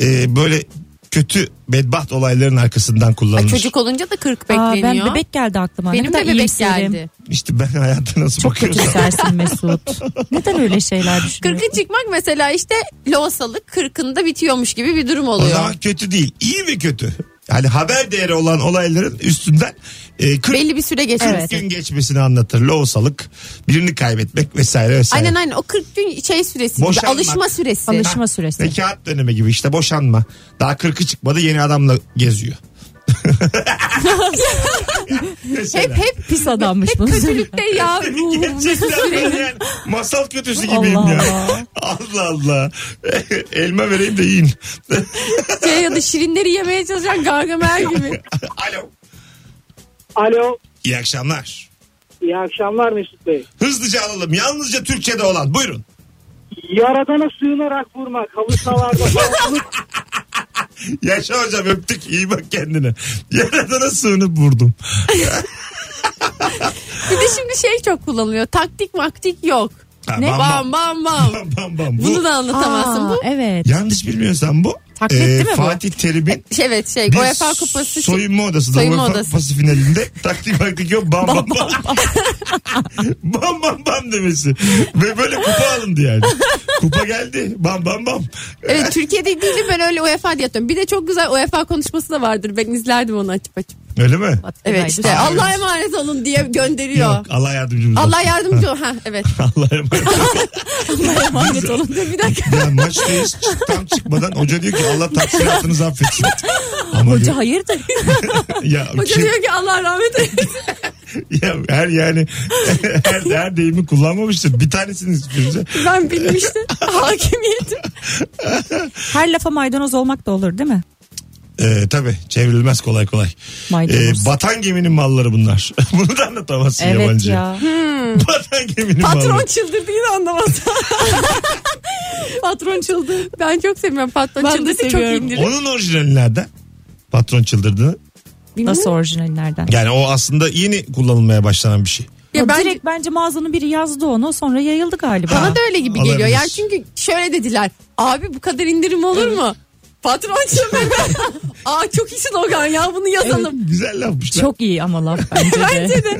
[SPEAKER 2] Ee, böyle kötü bedbaht olayların arkasından kullanılır.
[SPEAKER 3] Çocuk olunca da 40
[SPEAKER 4] Aa,
[SPEAKER 3] bekleniyor.
[SPEAKER 4] ben bebek geldi aklıma. Ne
[SPEAKER 3] Benim
[SPEAKER 4] kadar
[SPEAKER 3] de bebek
[SPEAKER 4] iyimserim.
[SPEAKER 3] geldi.
[SPEAKER 2] İşte ben hayata nasıl
[SPEAKER 4] Çok kötü
[SPEAKER 2] bakıyorsam.
[SPEAKER 4] sersin Mesut. Neden öyle şeyler düşünüyorsun?
[SPEAKER 3] 40'ı çıkmak mesela işte loğusalık 40'ında bitiyormuş gibi bir durum
[SPEAKER 2] O
[SPEAKER 3] oluyor.
[SPEAKER 2] zaman kötü değil. İyi mi kötü? Yani haber değeri olan olayların üstünden e, 40
[SPEAKER 3] Belli bir süre geçiyor.
[SPEAKER 2] gün geçmesini anlatır. Loğusalık, birini kaybetmek vesaire vesaire.
[SPEAKER 3] Aynen aynen o 40 gün şey süresi gibi,
[SPEAKER 2] Boşanmak.
[SPEAKER 3] alışma süresi.
[SPEAKER 4] Alışma süresi.
[SPEAKER 2] Ve kağıt dönemi gibi işte boşanma. Daha 40'ı çıkmadı yeni adamla geziyor. Mesela.
[SPEAKER 3] hep hep
[SPEAKER 5] pis adammış
[SPEAKER 3] hep
[SPEAKER 5] bunu.
[SPEAKER 3] kötülükte ya ruhumuz
[SPEAKER 2] Gerçekten böyle
[SPEAKER 3] sürekli.
[SPEAKER 2] yani masal kötüsü gibiyim
[SPEAKER 3] Allah
[SPEAKER 2] ya. Allah Allah. Elma vereyim de yiyin.
[SPEAKER 3] Şey ya da şirinleri yemeye çalışan Gargamel gibi.
[SPEAKER 12] Alo.
[SPEAKER 2] İyi akşamlar.
[SPEAKER 12] İyi akşamlar Mesut Bey.
[SPEAKER 2] Hızlıca alalım. Yalnızca Türkçe'de olan. Buyurun.
[SPEAKER 12] Yaradana sığınarak vurmak. Halı sahalarda bağlılık.
[SPEAKER 2] Yaşa hocam öptük. İyi bak kendine. Yaradana sığınıp vurdum.
[SPEAKER 3] Bir de şimdi şey çok kullanılıyor. Taktik maktik yok.
[SPEAKER 2] Ha,
[SPEAKER 3] ne?
[SPEAKER 2] bam,
[SPEAKER 3] Bam bam bam.
[SPEAKER 2] bam bam. Bu,
[SPEAKER 3] Bunu da anlatamazsın. Bu
[SPEAKER 5] Evet.
[SPEAKER 2] Yanlış bilmiyorsan bu. e,
[SPEAKER 3] Taklit değil mi bu?
[SPEAKER 2] Fatih Terim'in
[SPEAKER 3] Şey, Evet şey
[SPEAKER 2] bir
[SPEAKER 3] UEFA kupası.
[SPEAKER 2] soyunma odasında
[SPEAKER 3] Soyunma
[SPEAKER 2] UEFA
[SPEAKER 3] odası.
[SPEAKER 2] kupası finalinde taktik taktik yok bam bam bam. bam bam bam demesi. Ve böyle kupa alındı yani. kupa geldi bam bam bam.
[SPEAKER 3] Evet Türkiye'de değil de ben öyle UEFA diye atıyorum. Bir de çok güzel UEFA konuşması da vardır. Ben izlerdim onu açıp açıp.
[SPEAKER 2] E, Öyle mi?
[SPEAKER 3] Evet işte
[SPEAKER 2] Aa,
[SPEAKER 3] Allah'a
[SPEAKER 2] evet.
[SPEAKER 3] emanet olun diye gönderiyor.
[SPEAKER 2] Yok, Allah yardımcımız olsun.
[SPEAKER 3] Allah yardımcı ol. Ha evet.
[SPEAKER 2] Allah emanet
[SPEAKER 3] Allah'a emanet olun diye bir dakika.
[SPEAKER 2] Ya maçtayız tam çıkmadan hoca diyor ki Allah taksiratınızı affetsin. Ama
[SPEAKER 4] Hoca
[SPEAKER 2] diyor-
[SPEAKER 4] hayırdır?
[SPEAKER 2] ya,
[SPEAKER 3] Hoca
[SPEAKER 2] kim-
[SPEAKER 3] diyor ki Allah rahmet eylesin.
[SPEAKER 2] ya her yani her, her deyimi kullanmamıştır. Bir tanesini sürprize.
[SPEAKER 3] Ben bilmiştim. Hakimiyetim.
[SPEAKER 4] Her lafa maydanoz olmak da olur değil mi?
[SPEAKER 2] Ee, tabii çevrilmez kolay kolay.
[SPEAKER 4] Maydanoz.
[SPEAKER 2] Ee, batan geminin malları bunlar. Bunu da anlatamazsın yabancı. Batan geminin
[SPEAKER 3] Patron
[SPEAKER 2] malları.
[SPEAKER 3] çıldırdı yine anlamaz. patron çıldırdı. Ben çok seviyorum patron
[SPEAKER 5] Ben de
[SPEAKER 3] çıldırdı. Çok
[SPEAKER 5] seviyorum.
[SPEAKER 3] indirir.
[SPEAKER 2] Onun orijinali nereden? Patron çıldırdı.
[SPEAKER 4] Nasıl orijinali nereden?
[SPEAKER 2] Yani o aslında yeni kullanılmaya başlanan bir şey.
[SPEAKER 4] Ya, direkt bence mağazanın biri yazdı onu sonra yayıldı galiba.
[SPEAKER 3] Bana da öyle gibi
[SPEAKER 2] Olabilir.
[SPEAKER 3] geliyor. Yani çünkü şöyle dediler. Abi bu kadar indirim olur mu? Patron çıldırdı. Aa çok iyi slogan ya bunu yazalım.
[SPEAKER 2] Güzel lafmış. lan.
[SPEAKER 4] Çok iyi ama laf bence de.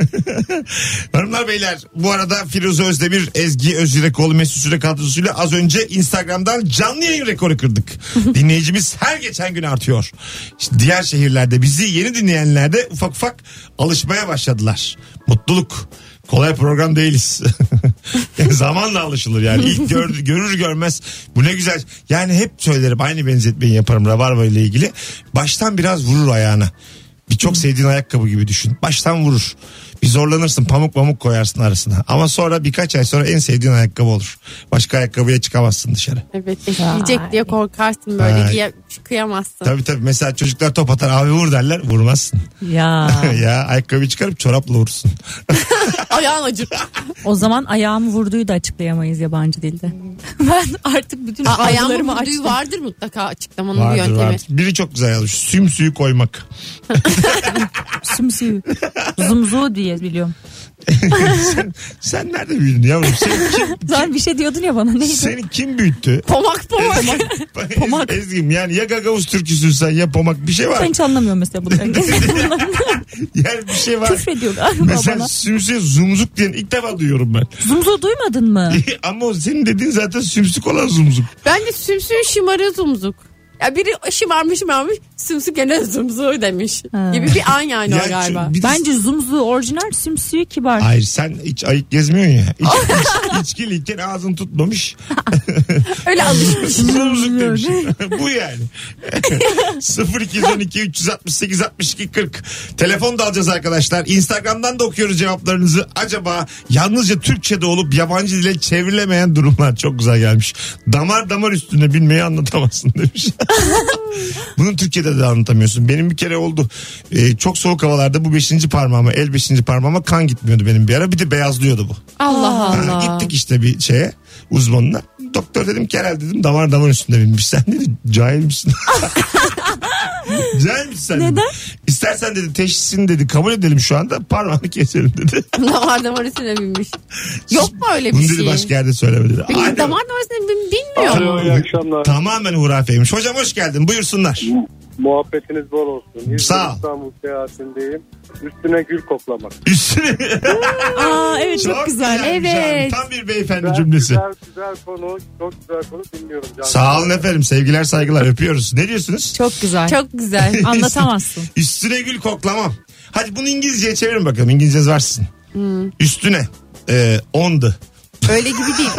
[SPEAKER 2] Hanımlar beyler bu arada Firuze Özdemir, Ezgi Özürekoğlu, Mesut Süre kadrosuyla az önce Instagram'dan canlı yayın rekoru kırdık. Dinleyicimiz her geçen gün artıyor. İşte diğer şehirlerde bizi yeni dinleyenler de ufak ufak alışmaya başladılar. Mutluluk. Kolay program değiliz. Yani Zamanla alışılır yani. İlk gör- görür görmez bu ne güzel. Yani hep söylerim aynı benzetmeyi yaparım Rabarba ile ilgili. Baştan biraz vurur ayağına. Bir çok sevdiğin ayakkabı gibi düşün. Baştan vurur. Bir zorlanırsın pamuk pamuk koyarsın arasına. Ama sonra birkaç ay sonra en sevdiğin ayakkabı olur. Başka ayakkabıya çıkamazsın dışarı.
[SPEAKER 3] Evet eşleyecek diye korkarsın böyle
[SPEAKER 2] Ay.
[SPEAKER 3] giye, kıyamazsın.
[SPEAKER 2] Tabii tabii mesela çocuklar top atar abi vur derler vurmazsın.
[SPEAKER 4] Ya.
[SPEAKER 2] ya ayakkabıyı çıkarıp çorapla vurursun.
[SPEAKER 3] Ayağın acır.
[SPEAKER 4] O zaman ayağımı vurduğu da açıklayamayız yabancı dilde. ben artık bütün
[SPEAKER 3] Aa, Ayağın
[SPEAKER 4] ağızlarımı
[SPEAKER 3] vurduğu
[SPEAKER 4] açtım.
[SPEAKER 3] vardır mutlaka açıklamanın bir
[SPEAKER 2] vardır
[SPEAKER 3] yöntemi.
[SPEAKER 2] vardır. Biri çok güzel yazmış. Sümsüyü koymak.
[SPEAKER 4] Sümsüyü. Zumzu diye biliyorum.
[SPEAKER 2] sen, sen nerede büyüdün yavrum? Sen kim,
[SPEAKER 4] Sen bir şey diyordun ya bana neydi?
[SPEAKER 2] seni kim büyüttü?
[SPEAKER 3] Pomak pomak.
[SPEAKER 2] Pomak. Ezgim yani ya gagavuz türküsün sen ya pomak bir şey var.
[SPEAKER 4] Ben hiç anlamıyorum mesela bunları.
[SPEAKER 2] Yani bir şey var.
[SPEAKER 4] Küfrediyor galiba
[SPEAKER 2] Mesela
[SPEAKER 4] bana.
[SPEAKER 2] sümsüye zumzuk diyen ilk defa duyuyorum ben.
[SPEAKER 4] Zumzu duymadın mı?
[SPEAKER 2] Ama o senin dediğin zaten sümsük olan zumzuk.
[SPEAKER 3] Bence sümsüğün şımarı zumzuk. Ya biri şımarmış şımarmış sümsük gene zumzu demiş. Gibi bir an yani
[SPEAKER 2] Ya
[SPEAKER 3] o galiba.
[SPEAKER 2] şu- bir de-
[SPEAKER 4] Bence zumzu orijinal sümsüğü kibar.
[SPEAKER 2] Hayır sen hiç ayık gezmiyorsun ya. İç, iç, içkiliyken ağzın tutmamış.
[SPEAKER 3] Öyle alışmış.
[SPEAKER 2] Zumzuk demiş. Bu yani. 0212 368 62 40. Telefon da alacağız arkadaşlar. Instagram'dan da okuyoruz cevaplarınızı. Acaba yalnızca Türkçe'de olup yabancı dile çevrilemeyen durumlar çok güzel gelmiş. Damar damar üstüne binmeyi anlatamazsın demiş. Bunu Türkiye'de de anlatamıyorsun. Benim bir kere oldu. Ee, çok soğuk havalarda bu beşinci parmağıma, el beşinci parmağıma kan gitmiyordu benim bir ara. Bir de beyazlıyordu bu.
[SPEAKER 3] Allah
[SPEAKER 2] Ha,
[SPEAKER 3] Allah.
[SPEAKER 2] gittik işte bir şeye uzmanına. Doktor dedim ki herhalde dedim damar damar üstünde binmiş. Sen dedi cahil misin? cahil misin sen? Neden? İstersen dedi teşhisini dedi kabul edelim şu anda parmağını keselim dedi.
[SPEAKER 3] damar damar üstüne binmiş. Yok mu öyle bir
[SPEAKER 2] Bunu
[SPEAKER 3] şey?
[SPEAKER 2] dedi başka yerde söyleme dedi.
[SPEAKER 3] Peki
[SPEAKER 2] Alo.
[SPEAKER 3] damar damar üstüne bin, bilmiyor mu?
[SPEAKER 2] Alo, iyi akşamlar. Tamamen hurafeymiş. Hocam hoş geldin buyursunlar.
[SPEAKER 13] Muhabbetiniz bol olsun. İzmir
[SPEAKER 2] Sağ ol.
[SPEAKER 13] İstanbul seyahatindeyim. Üstüne gül koklamak.
[SPEAKER 2] Üstüne
[SPEAKER 4] Aa evet çok, güzel.
[SPEAKER 2] güzelmiş abi. Tam bir beyefendi
[SPEAKER 13] Güzel,
[SPEAKER 2] cümlesi.
[SPEAKER 13] Güzel, güzel konu. Çok güzel konu. Dinliyorum. Canım.
[SPEAKER 2] Sağ olun efendim sevgiler saygılar öpüyoruz. Ne diyorsunuz?
[SPEAKER 4] Çok güzel.
[SPEAKER 3] Çok güzel.
[SPEAKER 4] Anlatamazsın.
[SPEAKER 2] Üstüne gül koklamam. Hadi bunu İngilizceye çevirin bakalım. İngilizceniz varsın.
[SPEAKER 3] Hmm.
[SPEAKER 2] Üstüne. E, on the.
[SPEAKER 3] Öyle gibi değil.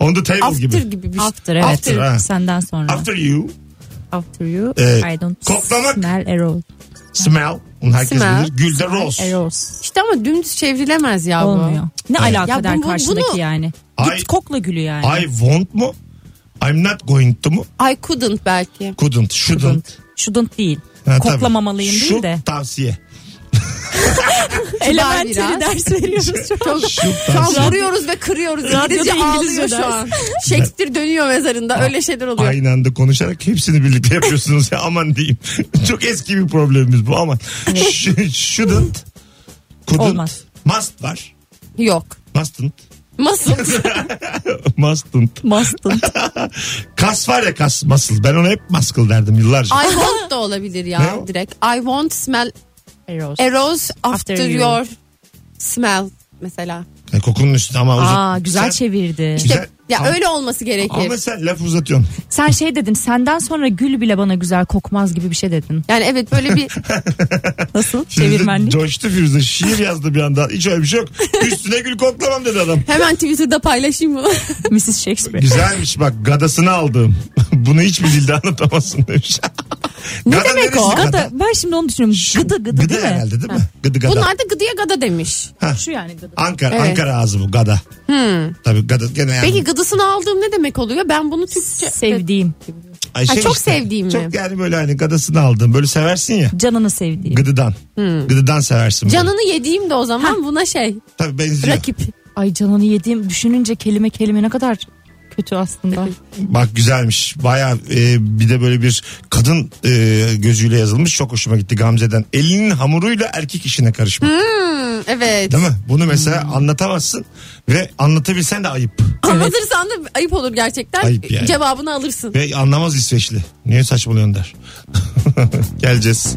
[SPEAKER 2] On the table
[SPEAKER 4] After
[SPEAKER 2] gibi.
[SPEAKER 3] gibi bir şey.
[SPEAKER 4] After evet.
[SPEAKER 2] After, ha.
[SPEAKER 4] Senden sonra.
[SPEAKER 2] After you.
[SPEAKER 4] After you.
[SPEAKER 2] Ee,
[SPEAKER 4] I don't
[SPEAKER 2] koklamak-
[SPEAKER 4] smell a rose.
[SPEAKER 2] Smell. Onu herkes
[SPEAKER 3] Smell.
[SPEAKER 2] bilir. Gül de rose.
[SPEAKER 3] İşte ama dümdüz çevrilemez ya bu.
[SPEAKER 4] Olmuyor. Ne
[SPEAKER 2] Evet.
[SPEAKER 4] alaka der
[SPEAKER 3] Ya bu- bu-
[SPEAKER 4] karşındaki
[SPEAKER 3] bunu-
[SPEAKER 4] yani.
[SPEAKER 2] I,
[SPEAKER 4] Git kokla gülü yani.
[SPEAKER 2] I want mu? I'm not going to mu?
[SPEAKER 3] I couldn't belki.
[SPEAKER 2] Couldn't. Shouldn't.
[SPEAKER 4] Shouldn't değil.
[SPEAKER 2] Ha, tabii.
[SPEAKER 4] Koklamamalıyım değil de.
[SPEAKER 2] Should tavsiye.
[SPEAKER 4] Elementary ders veriyoruz şu an.
[SPEAKER 3] Çok,
[SPEAKER 2] Should
[SPEAKER 3] şu an
[SPEAKER 2] tavsiye.
[SPEAKER 3] vuruyoruz ve kırıyoruz.
[SPEAKER 4] Radyoda
[SPEAKER 3] İngilizce ağlıyor
[SPEAKER 4] İngilizce
[SPEAKER 3] şu an. Shakespeare dönüyor
[SPEAKER 2] Ah.
[SPEAKER 3] mezarında. Öyle şeyler oluyor.
[SPEAKER 2] Aynı anda konuşarak hepsini birlikte yapıyorsunuz. Ya, aman diyeyim. Çok eski bir problemimiz bu aman. Sh- Shouldn't. Couldn't.
[SPEAKER 4] Olmaz.
[SPEAKER 2] Must var.
[SPEAKER 3] Yok.
[SPEAKER 2] Mustn't.
[SPEAKER 3] Nasıl?
[SPEAKER 2] Mustn't.
[SPEAKER 4] Mustn't.
[SPEAKER 2] kas var ya kas. Muscle. Ben ona hep muscle derdim yıllarca.
[SPEAKER 3] I want da olabilir
[SPEAKER 2] Ne
[SPEAKER 3] ya
[SPEAKER 2] o?
[SPEAKER 3] direkt. I want smell
[SPEAKER 4] a rose,
[SPEAKER 3] a rose after,
[SPEAKER 4] After you.
[SPEAKER 3] your smell mesela. Şey,
[SPEAKER 2] E, kokunun üstü ama uzun.
[SPEAKER 4] Aa güzel şey
[SPEAKER 2] Sen-
[SPEAKER 4] çevirdi.
[SPEAKER 2] Güzel.
[SPEAKER 3] Ya
[SPEAKER 2] Ama-
[SPEAKER 3] öyle olması gerekir.
[SPEAKER 2] Ama sen laf uzatıyorsun.
[SPEAKER 4] Sen şey dedin senden sonra gül bile bana güzel kokmaz gibi bir şey dedin.
[SPEAKER 3] Yani evet böyle bir
[SPEAKER 4] Nasıl?
[SPEAKER 2] Firuze
[SPEAKER 4] Çevirmenlik.
[SPEAKER 2] Coştu Firuze. Şiir yazdı bir anda. Hiç öyle bir şey yok. Üstüne gül koklamam dedi adam.
[SPEAKER 3] hemen Twitter'da paylaşayım bunu.
[SPEAKER 4] Mrs. Shakespeare.
[SPEAKER 2] Güzelmiş bak gadasını aldım. Bunu hiçbir dilde anlatamazsın demiş.
[SPEAKER 3] Ne
[SPEAKER 2] Gada
[SPEAKER 3] demek o?
[SPEAKER 2] neresi gada?
[SPEAKER 4] Gıda, ben şimdi onu düşünüyorum.
[SPEAKER 2] Şu
[SPEAKER 4] gıda gıda, değil mi?
[SPEAKER 2] herhalde değil mi? Gıdı gada.
[SPEAKER 3] Bunlar da gıdıya gada demiş.
[SPEAKER 4] Şu yani gıda.
[SPEAKER 2] Ankara,
[SPEAKER 3] Evet.
[SPEAKER 2] Ankara ağzı bu gada.
[SPEAKER 3] Hmm.
[SPEAKER 2] Tabii gada gene yani.
[SPEAKER 3] Peki gıdısını aldığım ne demek oluyor? Ben bunu Türkçe...
[SPEAKER 4] Sevdiğim.
[SPEAKER 2] Ay şey
[SPEAKER 3] Ha, çok sevdiğim mi?
[SPEAKER 2] Çok yani böyle hani gadasını aldım. Böyle seversin ya.
[SPEAKER 4] Canını
[SPEAKER 3] Hmm.
[SPEAKER 4] sevdiğim.
[SPEAKER 2] Gıdıdan. Gıdıdan seversin. böyle.
[SPEAKER 3] Canını yediğim de o zaman buna şey
[SPEAKER 2] Tabii benziyor.
[SPEAKER 3] rakip.
[SPEAKER 4] Ay canını yediğim düşününce kelime kelime ne kadar kötü aslında.
[SPEAKER 2] Bak güzelmiş. Baya e, bir de böyle bir kadın e, gözüyle yazılmış. Çok hoşuma gitti Gamze'den. Elinin hamuruyla erkek işine karışma.
[SPEAKER 3] Hmm, evet.
[SPEAKER 2] Değil mi? Bunu mesela anlatamazsın ve anlatabilsen de ayıp.
[SPEAKER 3] Anlatırsan da ayıp olur gerçekten.
[SPEAKER 2] Ayıp yani.
[SPEAKER 3] Cevabını alırsın.
[SPEAKER 2] Ve anlamaz İsveçli. Niye saçmalıyorsun der. Geleceğiz.